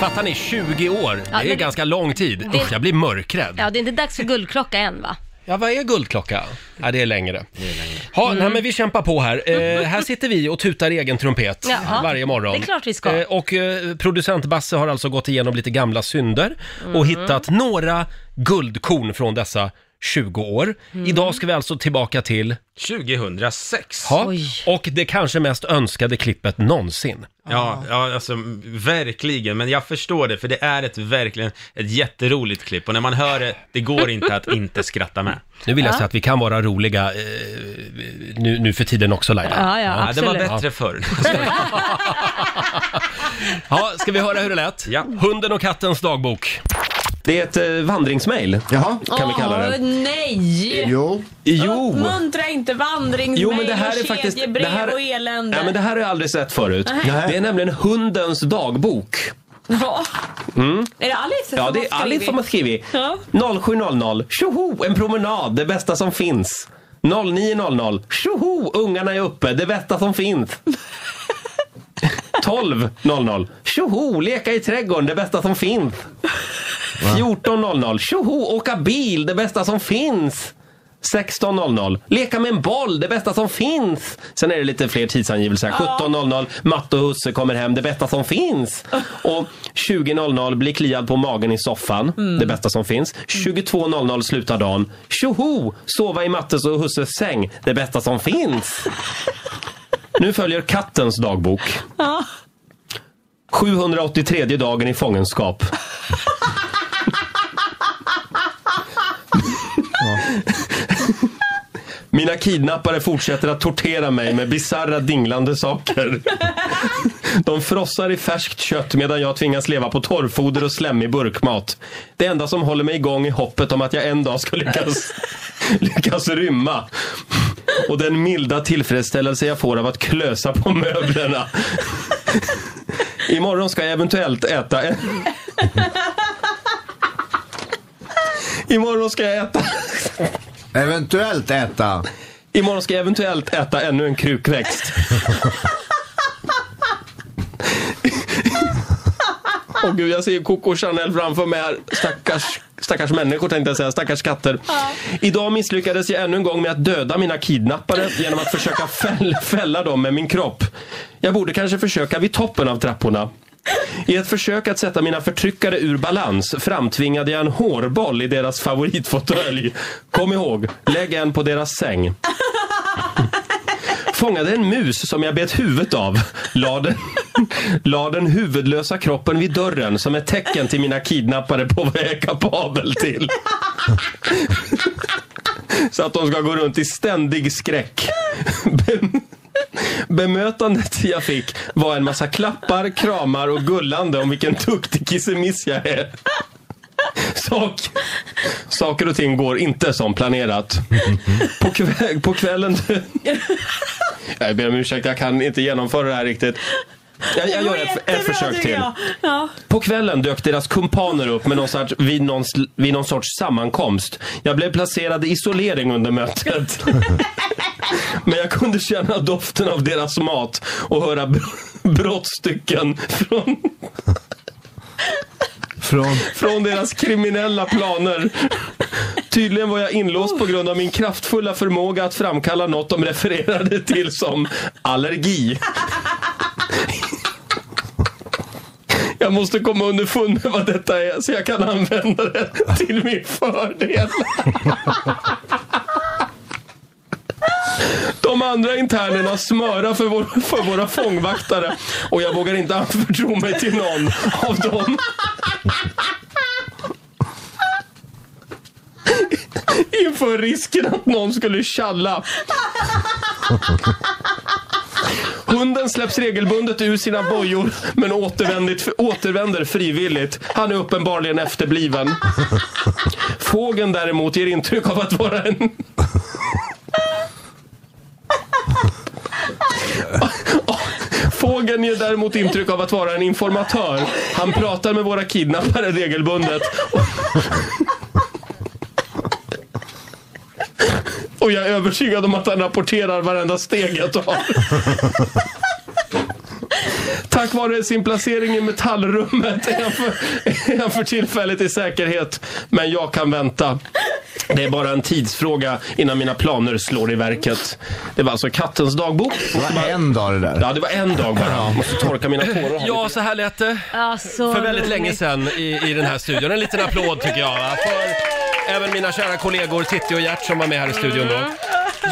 A: Fattar ni? 20 år.
C: men
A: Det är
C: det-
A: ganska lång tid.
C: det-
A: Usch, jag blir mörkrädd.
C: Ja, det är inte dags för guldklocka än va?
A: Ja, vad är guldklocka? Ja, det är längre. Ja,
C: Mm.
A: nej, men vi kämpar på här. Eh, här sitter vi och tutar i egen trumpet
C: Jaha,
A: varje morgon.
C: det är klart vi ska.
A: och eh, producent Basse har alltså gått igenom lite gamla synder och
C: Mm.
A: hittat några guldkorn från dessa 20 år.
C: Mm.
A: Idag ska vi alltså tillbaka till,
G: 2006.
A: ja,
C: Oj.
A: och det kanske mest önskade klippet någonsin.
G: Ja, ja, alltså verkligen. Men jag förstår det, för det är ett verkligen ett jätteroligt klipp. Och när man hör det, det går inte att inte skratta med.
A: Nu vill jag säga att vi kan vara roliga eh, nu, nu för tiden också Laila.
C: Ja, ja,
G: Ja, det var
C: absolut.
G: bättre förr.
A: Ja, ska vi höra hur det lät?
G: Ja.
A: Hunden och kattens dagbok. Det är ett eh, vandringsmail,
I: Jaha.
A: kan vi kalla det.
J: nej!
I: Jo.
A: Jo!
J: Uppmuntra inte vandringsmejl
A: Jo, men det här är
J: och
A: faktiskt...
J: kedjebrev
A: Det här,
J: och elände.
A: ja, men det här har jag aldrig sett förut. Det är nämligen hundens dagbok. Mm.
J: Ja. Är det Alice
A: Ja,
J: som
A: det
J: har
A: är Alice
J: skrivit?
A: som har skrivit.
J: Ja.
A: 07.00. Tjoho! En promenad, det bästa som finns. 09.00. Tjoho! Ungarna är uppe, det bästa som finns. 12.00. Tjoho! Leka i trädgården, det bästa som finns. 14.00. Tjoho! Åka bil, det bästa som finns. 16.00. Leka med en boll, det bästa som finns. Sen är det lite fler tidsangivelser. 17.00. Matte och husse kommer hem, det bästa som finns. Och 20.00. Bli kliad på magen i soffan, det bästa som finns. 22.00. Sluta dagen. Tjoho! Sova i Mattes och husses säng, det bästa som finns. Nu följer kattens dagbok. 783 dagen i fångenskap. Mina kidnappare fortsätter att tortera mig med bisarra dinglande saker. De frossar i färskt kött medan jag tvingas leva på torrfoder och slemmig burkmat. Det enda som håller mig igång är hoppet om att jag en dag ska lyckas, lyckas rymma. Och den milda tillfredsställelse jag får av att klösa på möblerna. Imorgon ska jag eventuellt äta en... Imorgon ska jag äta
I: Eventuellt äta.
A: Imorgon ska jag eventuellt äta ännu en krukväxt. Åh gud, jag ser Coco och Chanel framför mig här. Stackars, stackars människor tänkte jag säga, stackars katter. Idag misslyckades jag ännu en gång med att döda mina kidnappare genom att försöka fäll, fälla dem med min kropp. Jag borde kanske försöka vid toppen av trapporna. I ett försök att sätta mina förtryckare ur balans framtvingade jag en hårboll i deras favoritfåtölj. Kom ihåg, lägg en på deras säng fångade en mus som jag bet huvudet av. La den, la den huvudlösa kroppen vid dörren som ett tecken till mina kidnappare på vad jag är kapabel till. Så att de ska gå runt i ständig skräck. Bem- Bemötandet jag fick var en massa klappar, kramar och gullande om vilken duktig kissemiss jag är. Sak, saker och ting går inte som planerat. På, kväll, på kvällen... Jag ber om ursäkt, jag kan inte genomföra det här riktigt. Jag, jag
J: Det
A: gör
J: går
A: ett,
J: jättebra,
A: ett försök
J: tycker
A: till.
J: jag. Ja.
A: På kvällen dök deras kumpaner upp med någon sorts, vid, någon, sl- vid någon sorts sammankomst. Jag blev placerad i isolering under mötet. Men jag kunde känna doften av deras mat och höra br- brottstycken från,
I: Från...
A: från deras kriminella planer. Tydligen var jag inlåst på grund av min kraftfulla förmåga att framkalla något de refererade till som allergi. Jag måste komma underfund med vad detta är så jag kan använda det till min fördel. De andra internerna smörar för, vår, för våra fångvaktare och jag vågar inte anförtro mig till någon av dem. Inför risken att någon skulle tjalla. Hunden släpps regelbundet ur sina bojor men återvänder, återvänder frivilligt. Han är uppenbarligen efterbliven. Fågeln däremot ger intryck av att vara en... Fågeln ger däremot intryck av att vara en informatör. Han pratar med våra kidnappare regelbundet Och jag är övertygad om att han rapporterar varenda steg jag tar. Tack vare sin placering i metallrummet är han, för, är han för tillfället i säkerhet. Men jag kan vänta. Det är bara en tidsfråga innan mina planer slår i verket. Det var alltså kattens dagbok.
I: Det var en dag det där.
A: Ja, det var en dag bara. Jag måste torka mina tårar.
G: Ja, så här lät det
C: Ja, så
A: för väldigt
C: roligt.
A: länge sedan i, i den här studion. En liten applåd tycker jag. va? För även mina kära kollegor Titti och Gert som var med här i studion då.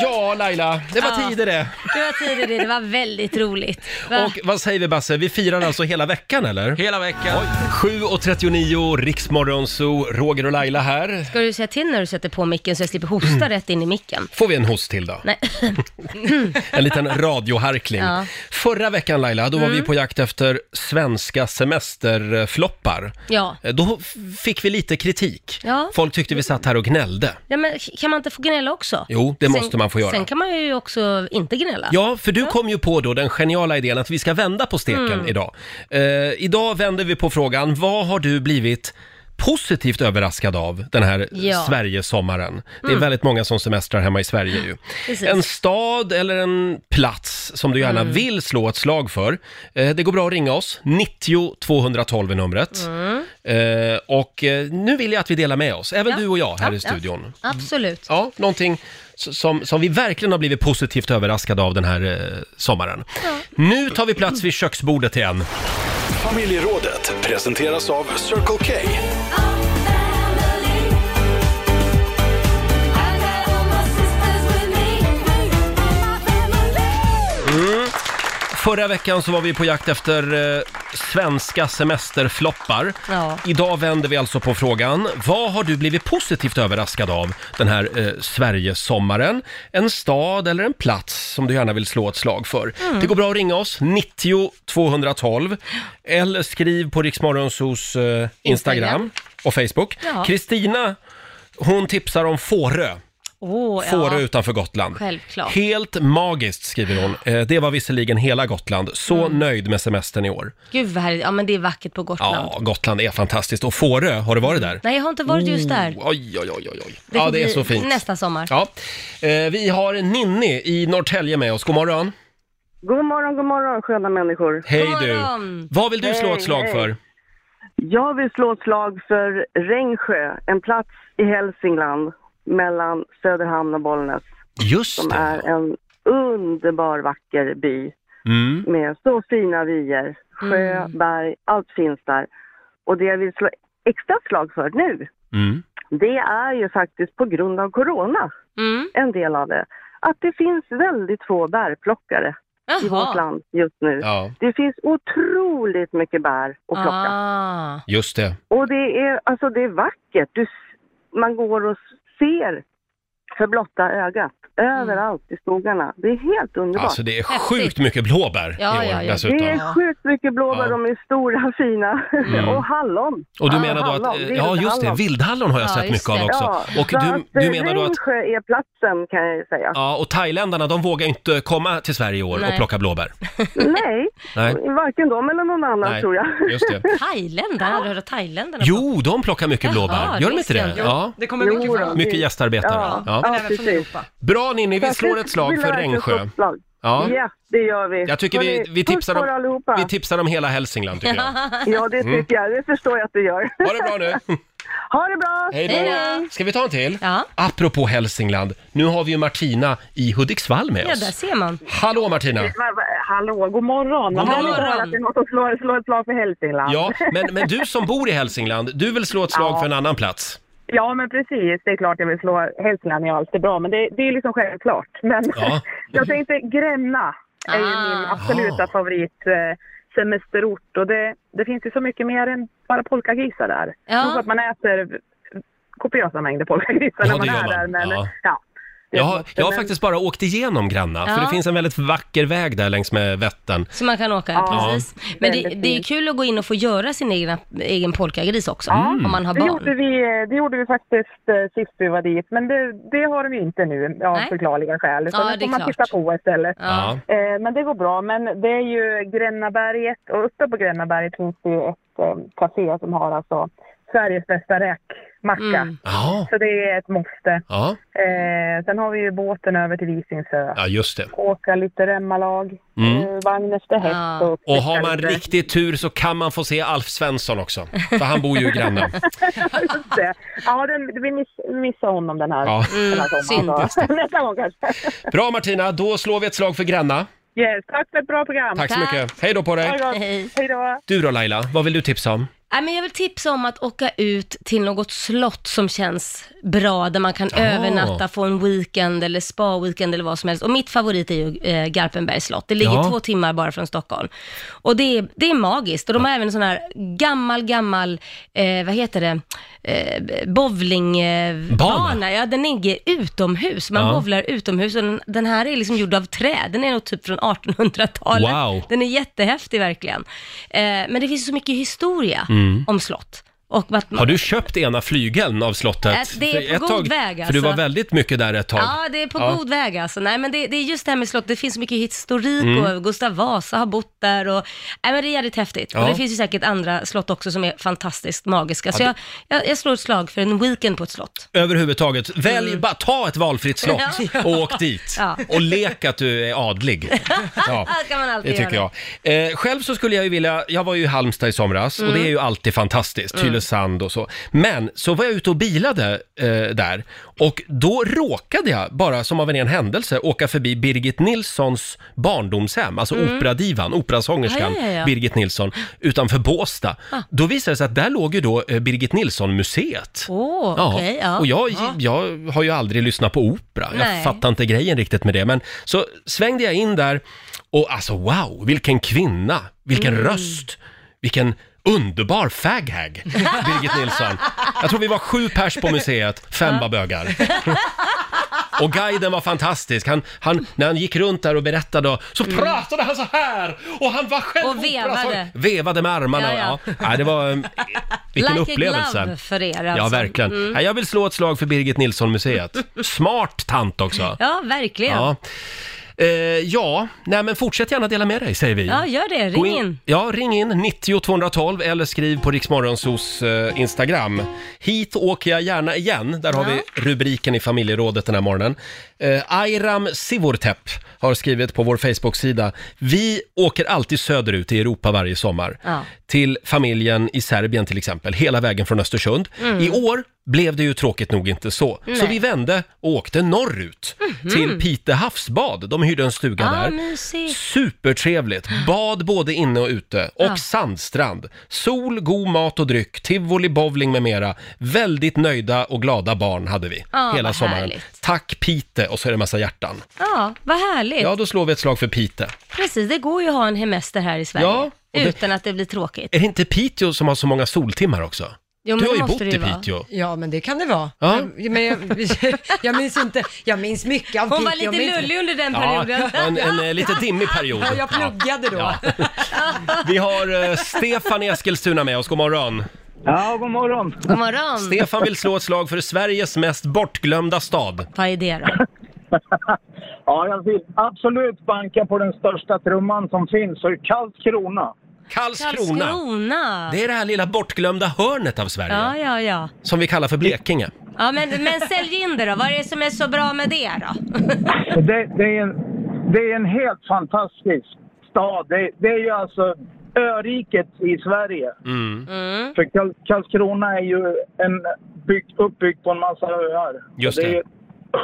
A: Ja, Laila, det var
C: Ja.
A: tider det.
C: Mm. Det var tider det, det var väldigt roligt. Va?
A: Och vad säger vi Basse, vi firar alltså hela veckan eller?
G: Hela veckan.
A: 7.39, Riksmorgon Zoo, Roger och Mm. Laila här.
C: Ska du säga till när du sätter på micken så jag slipper hosta rätt in i micken?
A: Får vi en host till då?
C: Nej.
A: En liten radioharkling.
C: Ja.
A: Förra veckan Laila, då var
C: Mm.
A: vi på jakt efter svenska semesterfloppar.
C: Ja.
A: Eh, Då f- fick vi lite kritik.
C: Ja.
A: Folk tyckte vi satt här och gnällde.
C: ja, men kan man inte få gnälla också?
A: Jo, det måste man få göra.
C: Sen kan man ju också inte gnälla.
A: Ja, för du kom ju på då den geniala idén att vi ska vända på steken
C: Mm.
A: idag. Eh, idag vänder vi på frågan, vad har du blivit positivt överraskad av den här
C: Ja.
A: Sverigesommaren? Det är
C: Mm.
A: väldigt många som semestrar hemma i Sverige ju.
C: Precis. Mm.
A: En stad eller en plats som du gärna vill slå ett slag för. Eh, det går bra att ringa oss, 90 212 är numret.
C: Mm.
A: Eh, och eh, nu vill jag att vi delar med oss, även
C: Ja.
A: du och jag här
C: Ja,
A: i studion.
C: Ja. Absolut.
A: Ja, någonting s- som, som vi verkligen har blivit positivt överraskade av den här eh, sommaren. Nu tar vi plats vid köksbordet igen.
D: Familjerådet presenteras av Circle K.
A: Mm. Förra veckan så var vi på jakt efter eh, svenska semesterfloppar.
C: Ja.
A: Idag vänder vi alltså på frågan. Vad har du blivit positivt överraskad av den här eh, Sverigesommaren? En stad eller en plats som du gärna vill slå ett slag för.
G: Mm.
A: Det går bra att ringa oss, 90 212. Eller skriv på Riksmorgonsos eh, Instagram,
C: Instagram.
A: och Facebook.
C: Ja.
A: Kristina, hon tipsar om Fårö.
C: Åh,
A: Fårö
C: ja.
A: utanför Gotland.
C: Självklart.
A: Helt magiskt skriver hon. Eh, Det var visserligen hela Gotland. Så
C: Mm.
A: nöjd med semestern i år.
C: Gud vad härligt. Ja, men det är vackert på Gotland.
A: Ja, Gotland är fantastiskt. Och Fårö, har du varit där?
C: Nej, jag har inte varit just där.
A: Oh, oj, oj, oj, oj. oj.
C: Det
A: ja,
C: får
A: det är
C: bli
A: så fint.
C: Nästa sommar.
A: Ja. Eh, Vi har Ninni i Norrtälje med oss. God morgon.
K: God morgon, god morgon sköna människor.
A: Hej du. Vad vill du slå ett slag
K: Hej,
A: för?
K: hej. Jag vill slå ett slag för Rengsjö, en plats i Hälsingland mellan Söderhamn och Bollnäs.
A: Just
K: som är en underbar vacker by
A: Mm.
K: med så fina vyer. Sjö, berg, allt finns där. Och det jag vill slå extra slag för nu,
A: Mm.
K: det är ju faktiskt på grund av corona, en del av det, att det finns väldigt få bärplockare i
C: Jaha.
K: vårt land just nu.
A: Ja,
K: Det finns otroligt mycket bär att plocka.
A: just det.
K: Och det är, alltså det är vackert. Du, s- man går och ser för blotta ögat överallt i skogarna. Det är helt underbart.
A: Alltså det är sjukt mycket blåbär i år dessutom.
K: Det är sjukt mycket blåbär,
A: Ja.
K: de är stora, fina.
A: Mm.
K: och hallon.
A: Och du
K: Ja,
A: menar då att,
K: hallon,
A: eh, ja just det,
K: vildhallon.
A: vildhallon har jag sett mycket av också.
K: Ja,
A: Och
K: så
A: du, du menar då att
K: Ringsjö är platsen kan jag ju säga.
A: Ja, och thailändarna de vågar ju inte komma till Sverige i år och
K: Nej.
A: plocka blåbär.
K: Nej,
A: Nej.
K: varken de eller någon annan
A: Nej,
K: tror jag.
A: just det.
C: Thailändare? Har du hört att thailändarna?
A: Jo, de plockar mycket
C: Jaha,
A: blåbär. Gör de
C: det
A: inte
C: visste
A: det?
C: jag inte.
A: Ja.
C: Det kommer mycket
K: Jo då.
C: fram.
A: Mycket gästarbetare.
K: Ja,
A: Ja.
K: ja, precis.
A: Bra
K: Så
A: Ninni, vi
K: att
A: slår
K: det
A: ett slag
K: vill
A: för
K: jag verkligen slå
A: Rengsjö.
K: ett slag.
A: Ja.
K: Ja. det gör vi.
A: Jag tycker vi,
K: Hörni,
A: vi, tipsar
K: puss på er
A: om,
K: allihopa.
A: vi tipsar om hela Hälsingland tycker jag.
K: Ja, det
A: Mm.
K: tycker jag. Det förstår jag att du gör.
A: Ha det bra nu!
K: ha det bra!
A: Hej då! Ska vi ta en till? Ja. Apropå Hälsingland, nu har vi ju Martina i Hudiksvall med
C: Ja, där
A: oss.
C: ser man.
A: Hallå Martina!
L: Va- va- Hallå, god morgon.
A: God
L: Vad härligt
A: morgon.
L: att höra att det är något att slå, slå ett slag för Hälsingland.
A: Ja, men, men du som bor i Hälsingland, du vill slå ett slag
L: Ja.
A: för en annan plats?
L: Ja, men precis. Det är klart jag vill slå Hälsingland, är alltid bra. Men det, det är liksom självklart. Men
A: Ja.
L: jag tänkte Gränna är ju min
C: Ah.
A: Ah.
L: absoluta favorit eh, semesterort. Och det, det finns ju så mycket mer än bara polkagrisar där.
C: Ja.
L: Nog för att man äter kopiösa mängder polkagrisar
A: Ja,
L: när man
A: det gör
L: är
A: man.
L: där. Men,
A: Ja.
L: ja.
A: Jag har, jag har
L: Men-
A: faktiskt bara åkt igenom Granna, för
C: Ja.
A: det finns en väldigt vacker väg där längs med Vättern.
C: Så man kan åka,
A: Ja.
C: precis. Men det,
L: Väldigt
C: det är
L: fint.
C: kul att gå in och få göra sin egna, egen polkagris också,
L: Ja,
A: Mm.
L: Mm.
C: om man har
L: det, gjorde
C: barn.
L: vi, eh, det gjorde vi faktiskt eh, sist vi var dit, men det, det har de ju inte nu av
C: Nej.
L: förklarliga skäl. Utan
C: Ja,
L: det
C: det är
L: får man
C: klart.
L: titta på istället.
C: Ja.
L: Eh, men det går bra. Men det är ju Grännaberget och uppe på Grännaberget finns det ju ett eh, café som har alltså Sveriges bästa räkmacka.
C: Mm.
A: Ja.
L: Så det är ett måste.
A: Ja,
L: Eh, sen har vi ju båten över till Visingsö.
A: ja just det.
L: Åka lite remmalag,
A: Mm.
L: eh, vagn efter häst. Och,
A: Och har man
L: lite.
A: riktig tur så kan man få se Alf Svensson också, för han bor ju granne.
L: Just det. Ja, den, vi miss, missar honom den här,
A: Ja.
L: den här sommaren.
A: Synd.
L: så. Nästa gång kanske.
A: Bra Martina, då slår vi ett slag för Granna.
L: Yes, tack för ett bra program.
A: Tack så mycket. Hej då på dig.
L: Ha det gott. Hej då.
A: Du då Laila, vad vill du tipsa om?
C: Nej, men jag vill tipsa om att åka ut till något slott som känns bra, där man kan
M: Ah.
C: övernatta, få en weekend eller spa-weekend eller vad som helst. Och mitt favorit är ju eh, Garpenbergs slott. Det ligger
M: Ja.
C: två timmar bara från Stockholm. Och det är, det är magiskt. Och de har även sån här gammal, gammal, eh, vad heter det, eh, bowlingbana. Eh,
M: Bana.
C: bana. ja, den ligger utomhus. Man
M: Ja.
C: bowlar utomhus och den, den här är liksom gjord av trä. Den är nog typ från 1800-talet.
M: Wow.
C: Den är jättehäftig verkligen. Eh, men det finns så mycket historia
A: Mm.
C: om slott. Och att
A: Har du köpt ena flygeln av slottet?
C: Äh, det är
A: För
C: på
A: ett
C: god
A: tag,
C: väg,
A: För du
C: alltså.
A: var väldigt mycket där ett tag.
C: Ja, det är på god väg alltså. Nej, men det, det är just det här med slott, det finns så mycket historik
A: Mm.
C: och Gustav Vasa har bott där och, nej men det är jävligt häftigt.
A: Ja.
C: Och det finns ju säkert andra slott också som är fantastiskt magiska. Så
A: Ja,
C: jag, jag, jag slår ett slag för en weekend på ett slott.
A: Överhuvudtaget, välj bara, ta ett valfritt slott
C: Mm. Ja.
A: och åk dit.
C: Ja.
A: Och lek att du är adlig. Ja,
C: Det kan man alltid
A: det tycker
C: göra.
A: jag. Eh, själv så skulle jag ju vilja, jag var ju i Halmstad i somras och
C: Mm.
A: det är ju alltid fantastiskt,
C: Mm.
A: Tylösand och så. Men så var jag ute och bilade eh, där och då råkade jag, bara som av en ren händelse, åka förbi Birgit Nilssons barndomshem, alltså
M: Mm.
A: operadivan, operasångerskan
M: Ja, ja, ja, ja.
A: Birgit Nilsson, utanför Båstad.
M: Ah.
A: Då visade det sig att där låg ju då eh, Birgit Nilsson-museet.
C: Åh, okej, ja.
A: Och jag,
C: Ja.
A: jag har ju aldrig lyssnat på opera.
C: Nej.
A: Jag fattar inte grejen riktigt med det. Men så svängde jag in där och alltså wow, vilken kvinna, vilken
M: Mm.
A: röst, vilken underbar faghag, Birgit Nilsson. Jag tror vi var sju pers på museet, fem var bögar. Och guiden var fantastisk. Han, han, när han gick runt där och berättade så
M: Mm.
A: pratade han så här och han var själv
C: Och vevade.
A: operasång- Vevade med armarna.
C: Ja, ja.
A: Ja, ja. det var... eh, Vilken
C: like
A: upplevelse.
C: a glove för er alltså.
A: Ja, verkligen.
C: Mm.
A: Nej, Jag vill slå ett slag för Birgit Nilsson-museet. Smart tant också.
C: Ja, verkligen.
A: Ja.
C: Ja.
A: Eh, ja, nej men fortsätt gärna dela med dig säger vi.
C: gör det.
A: Gå
C: Ring in.
A: Ja, ring in 90 212 eller skriv på Riksmorgonsos eh, Instagram. Hit åker jag gärna igen. Där har vi rubriken i familjerådet den här morgonen. Eh, Ayram Sivortep har skrivit på vår Facebook-sida. Vi åker alltid söderut i Europa varje sommar.
M: Ja.
A: Till familjen i Serbien till exempel, hela vägen från Östersund.
M: Mm.
A: I år blev det ju tråkigt nog inte så. Så
M: Nej.
A: vi vände och åkte norrut till Pite havsbad. De hyrde en stuga
C: Ah,
A: där.
C: mysigt.
A: Supertrevligt! Bad både inne och ute och
C: Ja.
A: sandstrand. Sol, god mat och dryck, tivoli, bowling med mera. Väldigt nöjda och glada barn hade vi
C: Ja,
A: hela
C: vad
A: sommaren.
C: härligt.
A: Tack Pite och så är det massa hjärtan.
C: Ja, vad härligt.
A: Ja, då slår vi ett slag för Pite.
C: Precis, det går ju att ha en hemester här i Sverige.
A: Ja, och det-
C: Utan att det blir tråkigt.
A: Är det inte Piteå som har så många soltimmar också? du har ju bott i Piteå.
B: Ja, men det kan det vara.
A: Ja.
B: Men, men jag, jag minns inte, jag minns mycket av
C: Hon
B: Piteå.
C: var lite
B: men inte-
C: lullig under den
A: Ja,
C: perioden.
A: en, en eh, lite dimmig period.
B: Ja, jag pluggade då.
A: Vi har eh, Stefan i Eskilstuna med oss, god morgon.
N: Ja, god morgon.
C: God morgon.
A: Stefan vill slå ett slag för Sveriges mest bortglömda stad.
C: Vad är det då?
N: Ja, jag vill absolut banka på den största trumman som finns, så Karlskrona.
A: Karlskrona.
C: Karlskrona.
A: Det är det här lilla bortglömda hörnet av Sverige,
C: Ja, ja, ja.
A: som vi kallar för Blekinge.
C: Ja, men, men sälj in det då. Vad är det som är så bra med det då?
N: Och Det, det, är, en, det är en helt fantastisk stad. Det, det är ju alltså öriket i Sverige.
C: Mm.
K: Mm.
N: För Karl, Karlskrona är ju en byggt, uppbyggd på en massa öar.
M: Just
N: Och det.
M: det.
N: är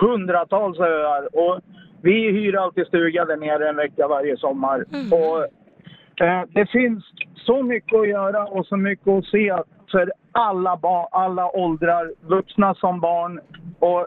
N: hundratals öar. Och vi hyr alltid stuga där nere en vecka varje sommar.
K: Mm.
N: Och, eh, det finns så mycket att göra och så mycket att se för alla, barn, alla åldrar, vuxna som barn. Och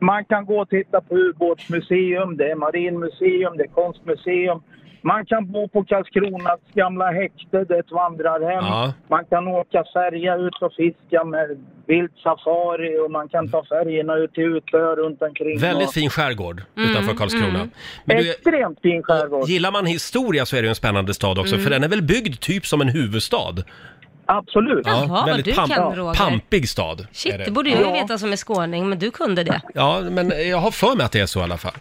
N: man kan gå och titta på ubåtsmuseum, det är marinmuseum, det är konstmuseum. Man kan bo på Karlskronas gamla häkte, det är ett vandrarhem.
M: Ja.
N: Man kan åka färja ut och fiska med vilt safari och man kan ta färjorna ut till utöar runt omkring.
A: Väldigt
N: och...
A: fin skärgård
N: Mm,
A: utanför Karlskrona.
N: mm.
A: Men du,
N: Extremt fin skärgård.
A: gillar man historia så är det ju en spännande stad också,
N: Mm.
A: för den är väl byggd typ som en huvudstad?
N: Absolut.
A: Ja,
C: Jaha, vad
A: väldigt
C: du
A: pamp-
C: kan, Roger.
A: pampig stad.
C: Shit,
A: är
C: det borde jag ju veta som är skåning, men du kunde det.
A: Ja, men jag har för mig att det är så i alla fall.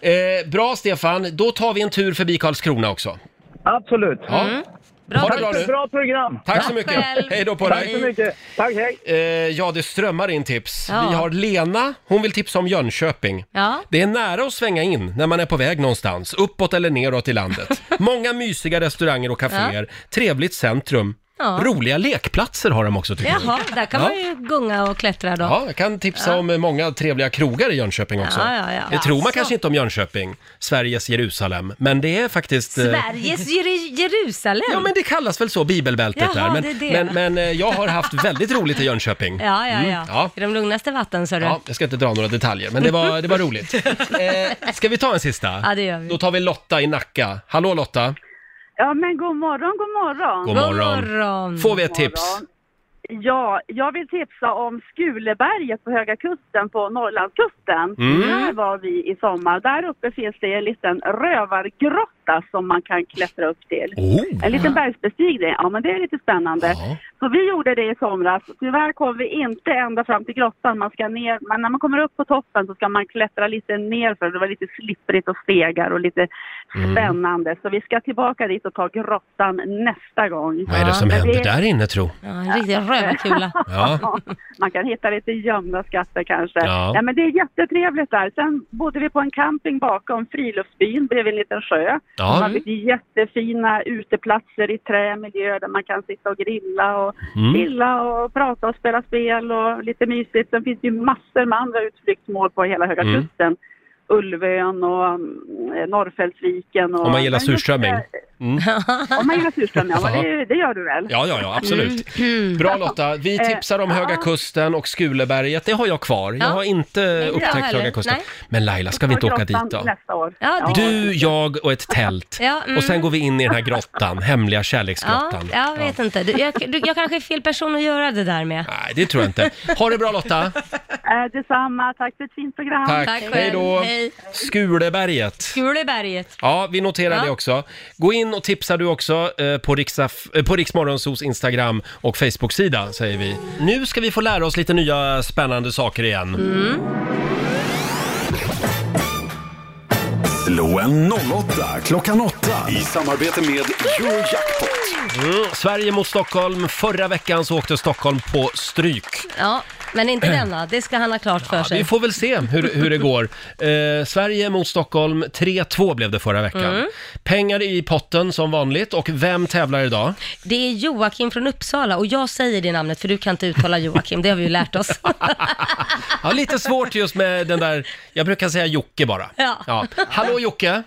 A: Eh, bra Stefan, då tar vi en tur förbi Karlskrona också.
N: Absolut.
A: Ja.
C: Mm.
N: Bra
A: ha det Mm. bra
N: tips.
A: nu.
N: Bra program.
A: Tack så mycket. Hej då på
N: Tack
A: dig.
N: så mycket. Tack, hej.
A: Eh, ja, det strömmar in tips.
N: Ja.
A: Vi har Lena, hon vill tipsa om Jönköping.
C: Ja.
A: Det är nära att svänga in när man är på väg någonstans, uppåt eller neråt i landet. Många mysiga restauranger och kaféer, trevligt centrum.
C: Ja.
A: Roliga lekplatser har de också tycker jag.
C: Jaha, där kan
A: Ja.
C: man ju gunga och klättra då.
A: Ja, jag kan tipsa
C: Ja.
A: om eh, många trevliga krogar i Jönköping också.
C: Ja, ja, ja.
A: Det tror man
C: Alltså.
A: kanske inte om Jönköping, Sveriges Jerusalem, men det är faktiskt... eh,
C: Sveriges Jer- Jerusalem?
A: Ja, men det kallas väl så, bibelbältet
C: Jaha,
A: där. Men,
C: det är det.
A: men, men eh, jag har haft väldigt roligt i Jönköping.
C: Ja, ja,
A: Mm,
C: ja.
A: ja.
C: I de lugnaste vatten, sa du?
A: Ja, jag ska inte dra några detaljer, men det var, det var roligt. Eh, ska vi ta en sista?
C: Ja, det gör vi.
A: Då tar vi Lotta i Nacka. Hallå Lotta!
M: Ja, men god morgon, god morgon.
A: God morgon. Får vi ett tips?
M: Ja, jag vill tipsa om Skuleberget på Höga Kusten på Norrlandskusten.
A: Mm.
M: Där var vi i sommar. Där uppe finns det en liten rövargrotta som man kan klättra upp till.
A: Oh.
M: En liten bergsbestigning. Ja, men det är lite spännande. Så vi gjorde det i somras. Tyvärr kom vi inte ända fram till grottan. Man ska ner, men när man kommer upp på toppen så ska man klättra lite nerför. Det var lite slipprigt och stegar och lite
A: Mm.
M: spännande. Så vi ska tillbaka dit och ta grottan nästa gång.
A: Vad är det som
M: Men
A: händer där inne tro?
C: Ja, en riktig rövarkula.
A: Ja.
M: Man kan hitta lite gömda skatter kanske.
A: Ja.
M: Nej, men det är jättetrevligt där. Sen bodde vi på en camping bakom friluftsbyn bredvid en liten sjö.
A: Ja.
M: De hade jättefina uteplatser i trämiljö där man kan sitta och grilla och
A: Mm.
M: chilla och prata och spela spel och lite mysigt. Sen finns det ju massor med andra utflyktsmål på hela Höga
A: Mm.
M: kusten. Ulvön och mm, Norrfällsviken. Och,
A: Om man gillar
M: Men just
A: surströmming.
M: där-
A: Mm.
M: Om man gillar surströmming, ja.
A: Ja.
M: men Det, det gör du väl? Mm.
A: Ja, ja, ja, absolut. Bra Lotta, vi
M: Eh,
A: tipsar om Höga Kusten och Skuleberget. Det har jag kvar. Jag
M: Ja.
A: har inte
M: jag
A: upptäckt
M: heller.
A: Höga Kusten.
M: Nej.
A: Men Laila, ska vi inte åka dit då?
M: Nästa år.
A: Du, jag och ett tält.
C: Ja, mm.
A: Och sen går vi in i den här grottan, hemliga
C: Ja,
A: kärleksgrottan.
C: jag vet inte. Du, jag, du, jag kanske är fel person att göra det där med.
A: Nej, det tror jag inte. Ha det bra Lotta!
M: Eh, detsamma. Tack för ett fint program.
A: Tack, hej då! Skuleberget.
C: Skuleberget.
A: Ja, vi noterar
C: Ja.
A: det också. Gå in och tipsa du också eh, på, Riksaf, eh, på Riksmorgonsos Instagram och Facebook-sida säger vi. Nu ska vi få lära oss lite nya spännande saker igen.
D: Mm. Slå en 08 klockan 8 i samarbete med Eurojackpot.
A: Mm, Sverige mot Stockholm. Förra veckan så åkte Stockholm på stryk.
C: Ja, men inte denna. Det ska han ha klart för
A: Ja,
C: sig.
A: vi får väl se hur, hur det går. Eh, Sverige mot Stockholm, 3-2 blev det förra veckan.
C: Mm.
A: Pengar i potten som vanligt och vem tävlar idag?
C: Det är Joakim från Uppsala och jag säger det namnet för du kan inte uttala Joakim, det har vi ju lärt oss.
A: Ja, lite svårt just med den där, jag brukar säga Jocke bara.
C: Ja.
A: Hallå Jocke!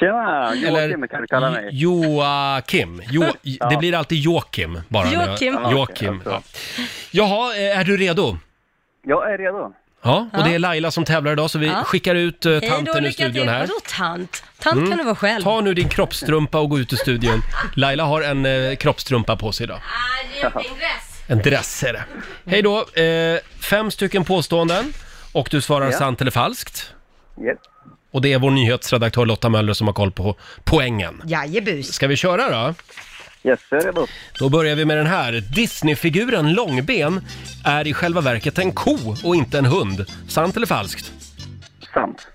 F: Tjena, Joakim
A: Eller-
F: kan du kalla mig.
A: Joakim. Jo, Det blir alltid Joakim bara.
F: Joakim. Ja, okej,
A: Joakim. Ja. Jaha, eh, är du redo?
F: Jag är redo.
A: Ja, och
C: Ja.
A: det är Laila som tävlar idag så vi
C: Ja.
A: skickar ut eh,
C: Hej då,
A: tanten ur
C: lycka till.
A: studion här.
C: Vadå tant? Tant
A: Mm.
C: kan du vara själv.
A: Ta nu din kroppstrumpa och gå ut ur studion. Laila har en eh, kroppstrumpa på sig idag. En dress är det. Hej då! Eh, fem stycken påståenden och du svarar
F: Ja.
A: sant eller falskt. Och det är vår nyhetsredaktör Lotta Möller som har koll på poängen.
B: Jajebus.
A: Ska vi köra då?
F: Yes, jag är redo.
A: Då börjar vi med den här. Disneyfiguren Långben är i själva verket en ko och inte en hund. Sant eller falskt?
F: Sant.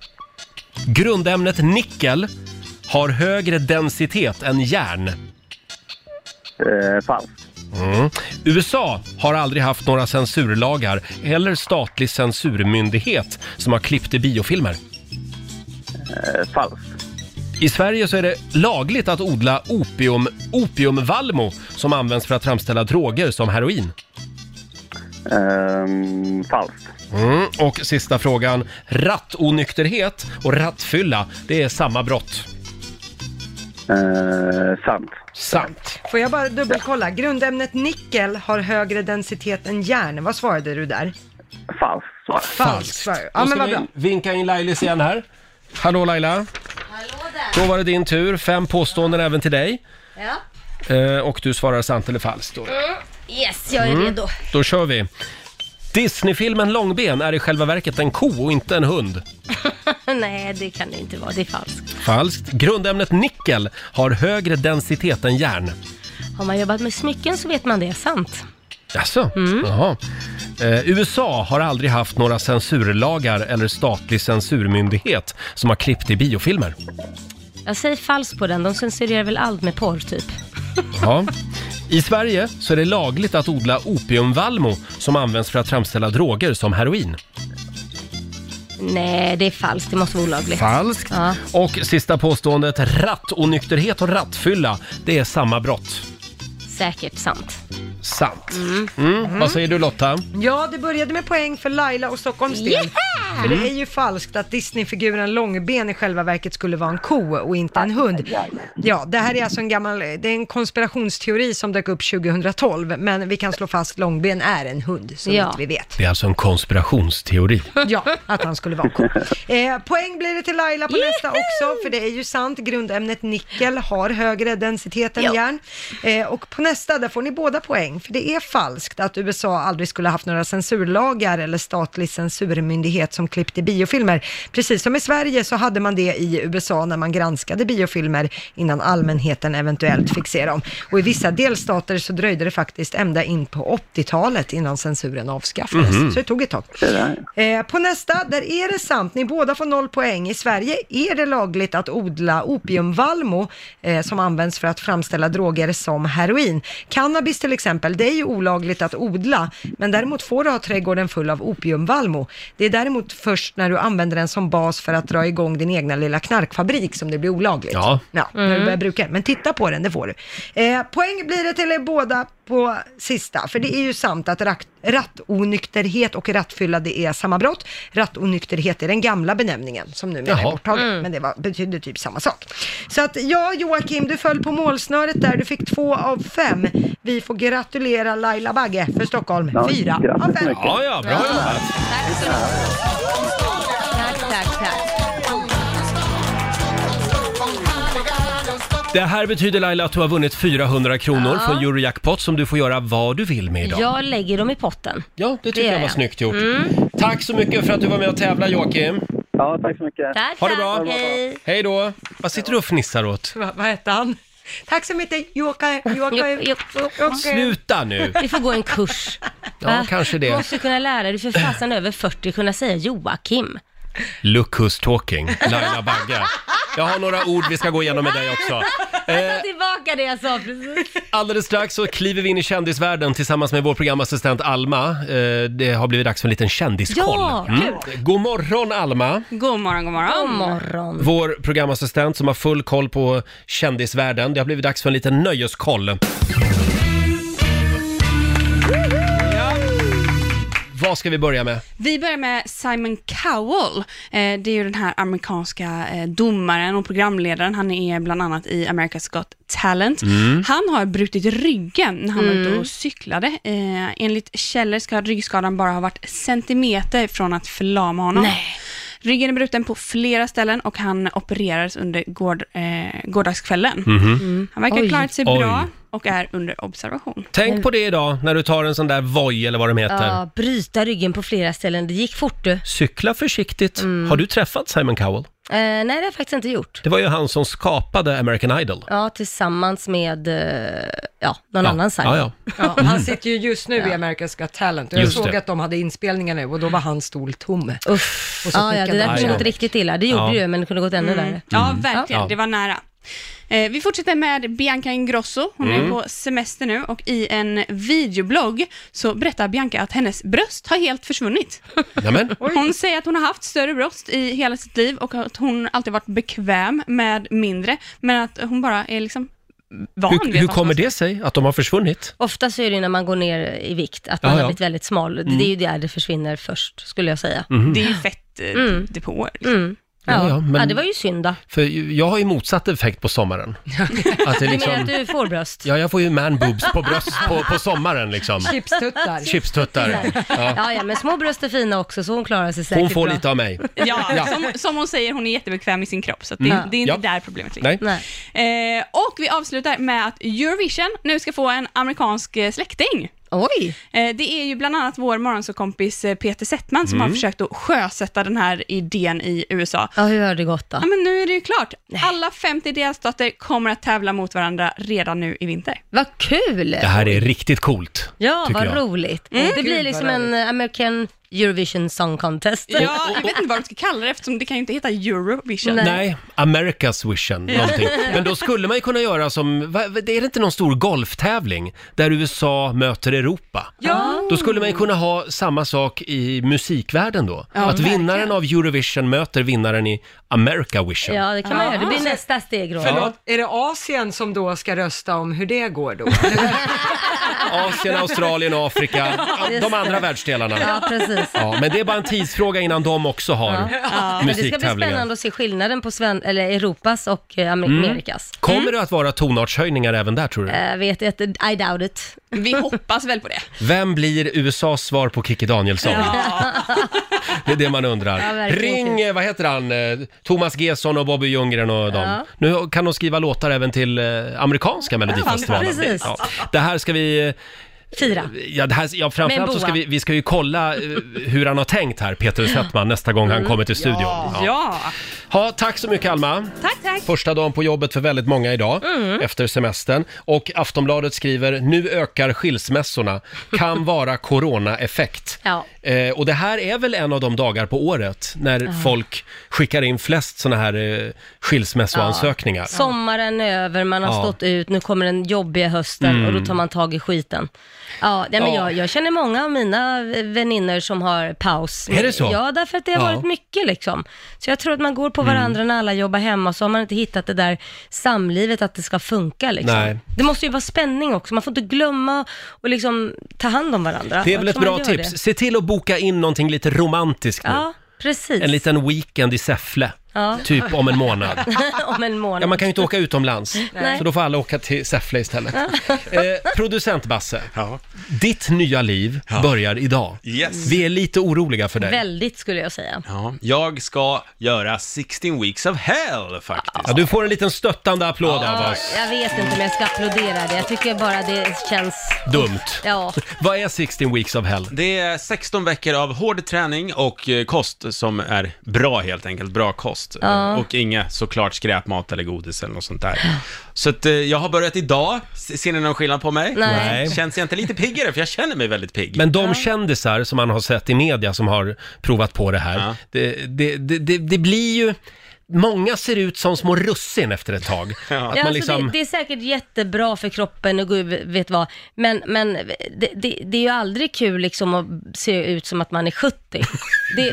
A: Grundämnet nickel har högre densitet än järn.
F: Eh, falskt.
A: Mm. USA har aldrig haft några censurlagar eller statlig censurmyndighet som har klippt i biofilmer.
F: Eh, falskt.
A: I Sverige så är det lagligt att odla opium, opiumvalmo som används för att framställa droger som heroin.
F: Ehm, falskt.
A: Mm. Och sista frågan. Rattonykterhet och rattfylla, det är samma brott.
F: Eh, sant.
A: Sant.
B: Får jag bara dubbelkolla? Grundämnet nickel har högre densitet än järn. Vad svarade du där?
F: Falskt svar.
B: Falskt. svarade du. Ja,
A: Då
B: men
A: ska
B: vad
A: vi
B: bra.
A: vinka in Lailis igen här. Hallå Laila. Hallå där. Då var det din tur. Fem påståenden även till dig.
C: Ja.
A: Eh, och du svarar sant eller falskt då.
C: Mm. Yes, jag är
A: Mm.
C: redo.
A: Då kör vi. Disneyfilmen Långben är i själva verket en ko och inte en hund.
C: Nej, det kan det inte vara. Det är falskt.
A: Falskt. Grundämnet nickel har högre densitet än järn.
C: Har man jobbat med smycken så vet man det är sant.
A: Jaså?
C: Mm.
A: Jaha. Eh, USA har aldrig haft några censurlagar eller statlig censurmyndighet som har klippt i biofilmer.
C: Jag säger falskt på den. De censurerar väl allt med porr, typ.
A: Ja. I Sverige så är det lagligt att odla opiumvalmo som används för att framställa droger som heroin.
C: Nej, det är falskt. Det måste vara olagligt.
A: Falskt.
C: Ja.
A: Och sista påståendet, rattonykterhet och rattfylla, det är samma brott.
C: Säkert sant.
A: Sant. Mm. Vad säger du Lotta?
B: Ja, det började med poäng för Laila och Stockholms del. För det är ju falskt att Disneyfiguren Långben i själva verket skulle vara en ko och inte en hund. Ja, det här är alltså en gammal, det är en konspirationsteori som dök upp 2012, men vi kan slå fast Långben är en hund, så
A: Ja.
B: vitt vi vet.
A: Det är alltså en konspirationsteori.
B: Ja, att han skulle vara cool. Eh, poäng blir det till Laila på nästa också, för det är ju sant. Grundämnet nickel har högre densitet än järn. Eh, och på nästa, där får ni båda poäng, för det är falskt att USA aldrig skulle haft några censurlagar eller statlig censurmyndighet som klippte biofilmer. Precis som i Sverige så hade man det i USA när man granskade biofilmer innan allmänheten eventuellt fick se dem. Och i vissa delstater så dröjde det faktiskt ända in på 80-talet innan censuren avskaffades.
O: Mhm.
B: Så det tog ett tag. Eh, på nästa, där är det sant. Ni båda får noll poäng. I Sverige är det lagligt att odla opiumvalmo eh, som används för att framställa droger som heroin. Cannabis till exempel, det är ju olagligt att odla, men däremot får du ha trädgården full av opiumvalmo. Det är däremot först när du använder den som bas för att dra igång din egna lilla knarkfabrik som det blir olagligt.
A: Ja.
B: när
A: Mm.
B: du börjar bruka den. Men titta på den, det får du. Eh, poäng blir det till er båda på sista, för det är ju sant att rak- rattonykterhet och rattfylla det är samma brott. Rattonykterhet är den gamla benämningen som numera är
P: Jaha.
B: borttagen, men det var, betyder typ samma sak. Så att ja, Joakim, du föll på målsnöret där, du fick två av fem. Vi får gratulera Laila Bagge för Stockholm,
A: Ja,
B: fyra
A: grattis
B: av
A: så
B: fem.
A: mycket. Ja, ja, bra Ja. jobbat.
C: Tack, tack, tack.
A: Det här betyder Laila att du har vunnit 400
C: Ja.
A: kronor från Eurojackpot som du får göra vad du vill med idag.
C: Jag lägger dem i potten.
A: Ja, det tycker
C: gör
A: jag var snyggt gjort.
C: Mm.
A: Tack så mycket för att du var med och tävlade Joakim. Ja, tack så mycket.
C: Tack,
A: ha det
C: tack.
A: bra.
C: Hej.
A: Hej då. Vad sitter du och fnissar åt?
B: Va, vad hette han? Tack så mycket, Joakim. Joakim. Joakim.
A: Sluta nu!
C: Mm. Vi får gå en kurs.
A: Ja, kanske det.
C: Du måste kunna lära dig, du är för fasen över 40, kunna säga Joakim.
A: Look who's talking, Laila Bagge. Jag har några ord vi ska gå igenom med dig också. Eh,
C: Ta tillbaka det jag sa precis.
A: alldeles strax så kliver vi in i kändisvärlden tillsammans med vår programassistent Alma. Eh, det har blivit dags för en liten kändiskoll. Mm.
O: Ja,
A: God morgon Alma!
O: God morgon, god morgon. God morgon.
A: Vår programassistent som har full koll på kändisvärlden. Det har blivit dags för en liten nöjeskoll. Vad ska vi börja med?
O: Vi börjar med Simon Cowell. Eh, det är ju den här amerikanska eh, domaren och programledaren. Han är bland annat i America's Got Talent.
Q: Mm.
O: Han har brutit ryggen när han var ute
Q: Mm.
O: och cyklade. Eh, enligt källor ska ryggskadan bara ha varit centimeter från att förlama honom. Ryggen är bruten på flera ställen och han opererades under gård, eh, gårdagskvällen.
A: Mhm.
O: Han verkar ha
A: Oj.
O: klarat sig
A: Oj.
O: bra och är under observation.
A: Tänk på det idag när du tar en sån där Voi eller vad de heter.
C: Ja, bryta ryggen på flera ställen. Det gick fort du. Eh,
A: Cykla försiktigt.
C: Mm.
A: Har du träffat Simon Cowell?
C: nej, det har jag faktiskt inte gjort.
A: Det var ju han som skapade American Idol.
C: Ja, tillsammans med, eh, ja, någon
A: Ja,
C: annan Simon.
A: ja, ja.
B: Ja, han sitter ju just nu i America's Got Talent och jag
A: Just
B: såg
A: det.
B: att de hade inspelningar nu och då var hans stol tom.
C: Mm. Uff.
B: Och så
C: Ja, ja, det
B: skickade
C: där
B: han
C: kunde
B: dem.
C: gått riktigt illa. Det gjorde
B: Ja.
C: det ju, men det kunde gått ännu värre.
O: Ja,
C: Mm.
O: verkligen.
C: Ja.
O: Det var nära. Eh, vi fortsätter med Bianca Ingrosso. Hon
C: Mm.
O: är på semester nu och i en videoblogg så berättar Bianca att hennes bröst har helt försvunnit.
A: Nämen.
O: Hon säger att hon har haft större bröst i hela sitt liv och att hon alltid varit bekväm med mindre, men att hon bara är liksom van vid
A: Hur,
O: att
A: hur
O: ha
A: kommer det sig att de har försvunnit?
C: Ofta så är det ju när man går ner i vikt, att man
A: Ja,
C: har
A: ja.
C: blivit väldigt smal.
A: Mm.
C: Det är ju där det försvinner först, skulle jag säga.
A: Mhm. Det är
O: ju fett eh, depåer.
C: Mm. Ja.
A: Ja,
C: Ja,
A: ja, men-
C: ja, det var ju synd då.
A: För jag har ju motsatt effekt på sommaren. Att
C: Du
A: det är
C: menar att
A: liksom,
C: du får bröst?
A: ja, jag får ju man boobs på bröst på, på sommaren liksom.
C: Chipstuttar.
A: Chipstuttar. Ja.
C: Ja, ja, men små bröst är fina också, så hon klarar sig säkert
A: Hon får
C: bra.
A: lite av mig.
O: Ja,
A: Ja.
O: Som, som hon säger, hon är jättebekväm i sin kropp, så att det,
A: Mm.
O: det är inte
A: Ja.
O: där problemet ligger.
A: Nej.
O: Eh, och vi avslutar med att Eurovision nu ska få en amerikansk eh, släkting.
C: Oj!
O: Eh, det är ju bland annat vår morgonsåkompis eh, Peter Settman som
C: Mm.
O: har försökt att sjösätta den här idén i USA.
C: Ja, hur har det gått då?
O: Ja, men nu är det ju klart. Alla 50 delstater kommer att tävla mot varandra redan nu i vinter.
C: Vad kul!
A: Det här är riktigt coolt.
C: Ja,
A: tycker
C: vad
A: jag.
C: roligt.
O: Mm.
C: Det
O: Gud,
C: blir
O: vad
C: liksom en American Eurovision Song Contest.
O: Ja, jag vet inte vad de ska kalla det eftersom det kan ju inte heta Eurovision.
A: Nej. America's Vision, någonting. Men då skulle man ju kunna göra som, va- va- är det inte någon stor golftävling där USA möter Europa?
C: Ja.
A: Då skulle man ju kunna ha samma sak i musikvärlden då.
C: Ja,
A: att
C: verkligen.
A: vinnaren av Eurovision möter vinnaren i America Vision.
C: Ja, det kan man göra. Det blir nästa steg då.
B: Ah. Förlåt, är det Asien som då ska rösta om hur det går då?
A: Asien, Australien, Afrika,
B: Just
A: de andra
B: det.
A: världsdelarna.
C: Ja, precis.
A: Ja, men det är bara en tidsfråga innan de också har
C: Ja. Ja. Men det ska bli
A: musiktävlingar.
C: spännande att se skillnaden på Sven- eller Europas och eh, Amer-
A: Mm.
C: Amerikas.
A: Kommer det att vara tonartshöjningar även där tror du?
C: Jag vet inte, I doubt it.
O: Vi hoppas väl på det.
A: Vem blir USAs svar på Kikki Danielsson? Det är det man undrar.
C: Ja, verkligen.
A: Ring, eh, vad heter han, eh, Thomas Gesson och Bobby Ljunggren och dem.
C: Ja.
A: Nu kan de skriva låtar även till eh, amerikanska Melodifestivalen.
C: precis.
A: Det här ska vi... eh,
C: Fira.
A: Ja, det här, ja, framförallt
C: Med
A: så
C: boa.
A: ska vi, vi ska ju kolla eh, hur han har tänkt här, Peter Settman, nästa gång han
C: Mm.
A: kommer till studion.
O: Ja.
A: Ha, tack så mycket Alma.
C: Tack, tack.
A: Första dagen på jobbet för väldigt många idag,
C: Mm.
A: efter semestern. Och Aftonbladet skriver, nu ökar skilsmässorna, kan vara coronaeffekt.
C: Ja.
A: Eh, och det här är väl en av de dagar på året när
C: Ja.
A: folk skickar in flest såna här eh, skilsmässoansökningar.
C: Ja. Sommaren är över, man har
A: Ja.
C: stått ut, nu kommer den jobbiga hösten
A: Mm.
C: och då tar man tag i skiten. Ja, nej, men
A: Ja.
C: Jag, jag känner många av mina vänner som har paus.
A: Är det så?
C: Ja, därför att det har
A: Ja. Mm.
C: varit mycket liksom. Så jag tror att man går på varandra när alla jobbar hemma, så har man inte hittat det där samlivet att det ska funka liksom.
A: Nej.
C: Det måste ju vara spänning också, man får inte glömma och liksom ta hand om varandra.
A: Det är väl
C: Jag
A: ett
C: tror man
A: bra
C: gör
A: tips.
C: det.
A: Se till att boka in någonting lite romantiskt nu.
C: Ja, precis.
A: En liten weekend i Säffle,
C: Ja.
A: typ om en månad.
C: om en månad.
A: Ja, man kan ju inte åka utomlands,
C: Nej.
A: så då får alla åka till Säffle istället. eh, producent Basse, ditt nya liv börjar idag.
G: Yes.
A: Vi är lite oroliga för dig.
C: Väldigt skulle jag säga.
G: Ja, jag ska göra 16 weeks of hell faktiskt.
A: Ja, du får en liten stöttande applåd av
C: Ja,
A: oss.
C: jag vet inte om jag ska applådera det. Jag tycker bara det känns...
A: Dumt.
C: Ja.
A: Vad är 16 weeks of hell?
G: Det är 16 veckor av hård träning och eh, kost som är bra helt enkelt, bra kost.
C: Ja.
G: Eh, Och inga såklart skräpmat eller godis eller något sånt där. Så att eh, jag har börjat idag, S- ser ni någon skillnad på mig?
C: Nej. Nej.
G: Känns jag inte lite piggare? För jag känner mig väldigt pigg.
A: Men de kändisar som man har sett i media som har provat på det här, det, det, det, det, det blir ju... Många ser ut som små russin efter ett tag. Att
C: Ja,
A: man
C: alltså
A: liksom...
C: det, det är säkert jättebra för kroppen och gud vet vad, men, men det, det, det är ju aldrig kul liksom att se ut som att man är 70. Det,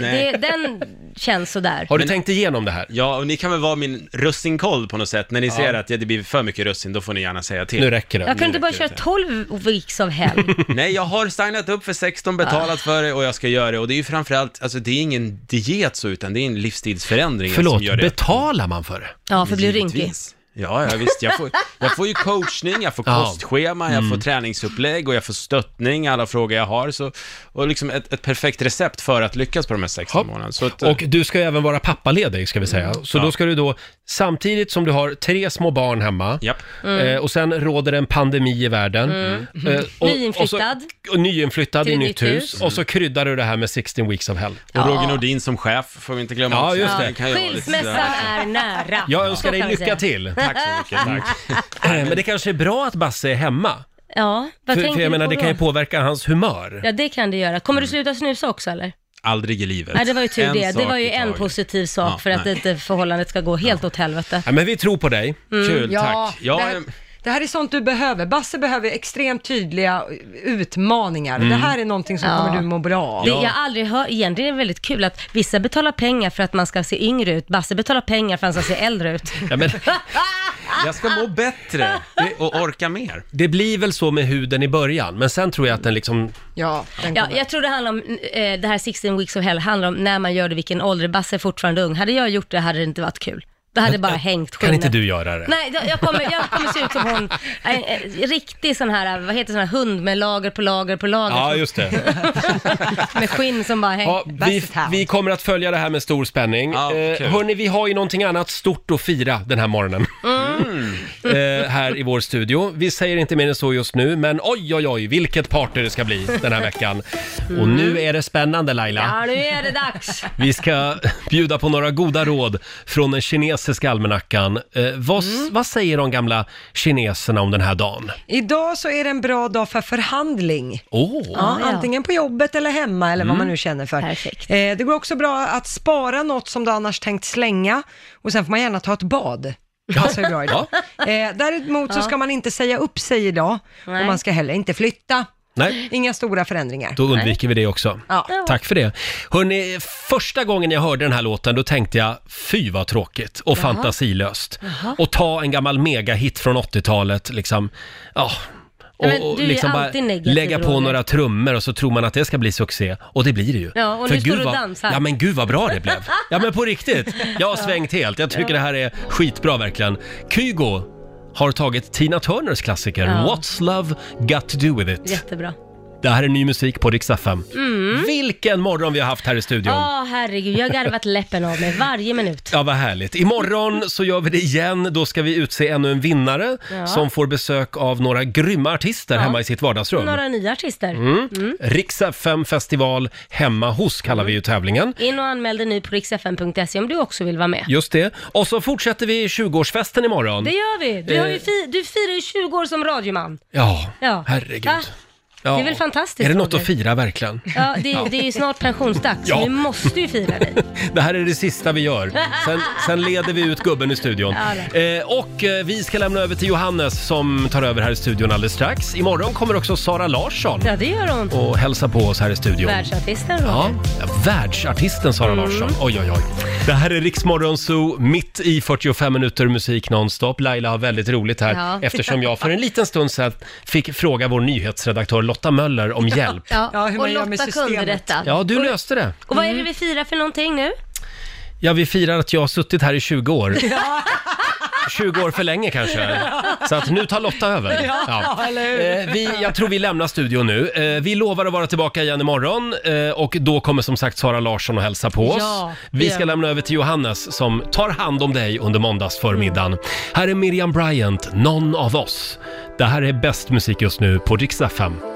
G: Nej.
C: det, den känns sådär.
G: Men-
A: tänkt igenom det här?
G: Ja, och ni kan väl vara min russinkoll på något sätt. När ni
A: Ja.
G: ser att ja, det blir för mycket russin, då får ni gärna säga till.
A: Nu räcker det.
C: Jag kan
G: Nu
C: inte bara
G: räcker
C: köra 12 weeks of hell.
G: Nej, jag har signat upp för 16, betalat
A: Ah.
G: för det och jag ska göra det. Och det är ju framförallt, alltså det är ingen diet så, utan det är en livsstilsförändring
A: Förlåt,
G: som gör det.
A: betalar man för det?
C: Ja, för att bli rynkig.
G: Givetvis. Ja, ja, visst. Jag får, jag får ju coachning, jag får
A: Ja.
G: kostschema, jag
A: Mm.
G: får träningsupplägg och jag får stöttning, alla frågor jag har. Så, och liksom ett, ett perfekt recept för att lyckas på de här 16 månaderna. Så att, eh,
A: Och du ska ju även vara pappaledig ska vi säga. Så
G: Ja.
A: då ska du då, samtidigt som du har tre små barn hemma
C: Mm.
A: eh, och sen råder det en pandemi i världen.
C: Mm.
A: Eh, och, och, så,
C: Nyinflyttad.
A: och nyinflyttad
C: Till
A: i
C: ett
A: nytt
C: nytt
A: hus.
C: hus.
A: Och så kryddar du det här med 16 weeks of hell.
G: och Roger Nordin som chef får vi inte glömma
A: Ja,
G: också.
A: just det.
G: Han kan ju vara lite
C: Skilsmässan
G: sådär.
C: är nära.
A: Jag önskar
C: Så
A: dig
C: kan vi
A: lycka
C: säga.
A: till.
G: Tack så mycket, tack.
A: Eh, Men det kanske är bra att Basse är hemma.
C: Ja, vad
A: För,
C: tänker
A: för jag
C: du
A: menar,
C: på
A: det
C: då?
A: kan ju påverka hans humör.
C: Ja, det kan det göra. Kommer du sluta snusa också eller?
G: Aldrig i livet.
C: Nej, det var ju tur
G: Mm. En
C: det. Det
G: sak
C: var ju
G: i
C: en
G: taget.
C: positiv sak
G: Ja,
C: för att
G: nej.
C: inte förhållandet ska gå helt åt helvete.
A: Ja, men vi tror på dig.
C: Mm.
G: Kul,
B: Ja,
G: tack. Ja, eh,
B: det,
A: ehm.
B: här, det här är sånt du behöver. Basse behöver extremt tydliga utmaningar.
G: Mm.
B: Det här är någonting som
C: Ja.
B: kommer du må bra av.
C: Det jag aldrig hör, egentligen är det väldigt kul att vissa betalar pengar för att man ska se yngre ut, Basse betalar pengar för att han ska se äldre ut.
A: Ja, men,
G: jag ska må bättre och orka mer.
A: det blir väl så med huden i början, men sen tror jag att den liksom...
B: Ja,
C: ja, jag tror det handlar om, eh, det här 16 weeks of hell handlar om när man gör det, vilken ålder. Basse är fortfarande ung. Hade jag gjort det hade det inte varit kul. Då hade det bara hängt
A: Kan inte
C: skinnet.
A: du göra det?
C: Nej, jag- jag kommer, jag kommer se ut som hon, en, en riktig sån här, vad heter sån här hund med lager på lager på lager.
A: Ja, just det.
C: Med skinn som bara hänger.
A: Ja, vi, vi kommer att följa det här med stor spänning. eh, hörni, vi har ju någonting annat stort att fira den här morgonen.
C: Mm.
A: Eh, eh, här i vår studio. Vi säger inte mer än så just nu, men oj, oj, oj, vilket party det ska bli den här veckan. Och nu är det spännande
C: Ja,
A: Laila.
C: nu är det dags.
A: Vi ska bjuda på några goda råd från den kinesiska almanackan. Eh, vad, vad säger de gamla kineserna om den här dagen?
B: Idag så är det en bra dag för förhandling.
A: Åh!
B: Ja, antingen på jobbet eller hemma eller vad
A: Mm.
B: man nu känner för. Eh, det går också bra att spara något som du annars tänkt slänga och sen får man gärna ta ett bad. Det passar ju bra idag. Eh, däremot så
C: Ja.
B: ska man inte säga upp sig idag
C: Nej.
B: och man ska heller inte flytta.
A: Nej.
B: Inga stora förändringar.
A: Då undviker vi det också.
B: Ja.
A: Tack för det. Hörrni, första gången jag hörde den här låten då tänkte jag fy vad tråkigt och
C: Jaha.
A: fantasilöst.
C: Jaha.
A: Och ta en gammal megahit från 80-talet liksom. Ja.
C: Ja, men
A: Och, och
C: du är
A: liksom bara
C: alltid negativ,
A: lägga på
C: Roger.
A: några trummor och så tror man att det ska bli succé. Och det blir det ju.
C: Ja, och nu står du och
A: vad,
C: dansar.
A: Ja men gud vad bra det blev. Ja men på riktigt. Jag har svängt helt. Jag tycker det här är skitbra verkligen. Kygo har tagit Tina Turners klassiker
C: Ja.
A: What's Love Got To Do With It.
C: Jättebra.
A: Det här är ny musik på Rix FM.
C: Mm.
A: Vilken morgon vi har haft här i studion!
C: Ja, herregud. Jag har garvat läppen av mig varje minut.
A: Ja, vad härligt. Imorgon så gör vi det igen. Då ska vi utse ännu en vinnare
C: Ja.
A: som får besök av några grymma artister hemma i sitt vardagsrum.
C: Några nya artister.
A: Mm. Rix FM festival hemma hos kallar
C: Mm.
A: vi ju tävlingen.
C: In och anmäl dig nu på riksfn.se om du också vill vara med.
A: Just det. Och så fortsätter vi 20-årsfesten imorgon.
C: Det gör vi. Du, har ju
A: Eh.
C: fi- du firar ju 20 år som radioman.
A: Ja,
C: Ja.
A: herregud.
C: Va?
A: Ja.
C: Det är väl fantastiskt,
A: Är det något
C: Roger?
A: att fira verkligen?
C: Ja, det, det är ju snart pensionsdags.
A: Ja.
C: så Du måste ju fira dig.
A: Det här är det sista vi gör. Sen, sen leder vi ut gubben i studion.
C: Ja,
A: Eh, och eh, vi ska lämna över till Johannes som tar över här i studion alldeles strax. Imorgon kommer också Sara Larsson
C: Ja, det gör hon.
A: och hälsa på oss här i studion.
C: Världsartisten
A: Ja,
C: Roger.
A: världsartisten Sara
C: Mm.
A: Larsson. Oj, oj, oj. Det här är Riksmorgon Zoo, mitt i 45 minuter musik nonstop. Laila har väldigt roligt här
C: Ja.
A: eftersom jag för en liten stund sedan fick fråga vår nyhetsredaktör Lotta Möller om hjälp.
C: Ja,
B: Ja, hur man
C: och
B: gör
C: Lotta
B: med
C: kunde
B: systemet.
C: detta.
A: Ja, Mm. du löste det.
C: Och vad är det vi firar för någonting nu?
A: Ja, vi firar att jag har suttit här i 20 år. 20 år för länge kanske. Så att nu tar Lotta över.
C: Ja, eller hur?
A: Eh, vi, jag tror vi lämnar studion nu. Eh, vi lovar att vara tillbaka igen imorgon eh, och då kommer som sagt Sara Larsson och hälsa på oss.
C: Ja,
A: vi
C: det
A: ska
C: gör vi.
A: lämna över till Johannes som tar hand om dig under måndagsförmiddagen. Här är Miriam Bryant, Någon av oss. Det här är bäst musik just nu på Dix FM.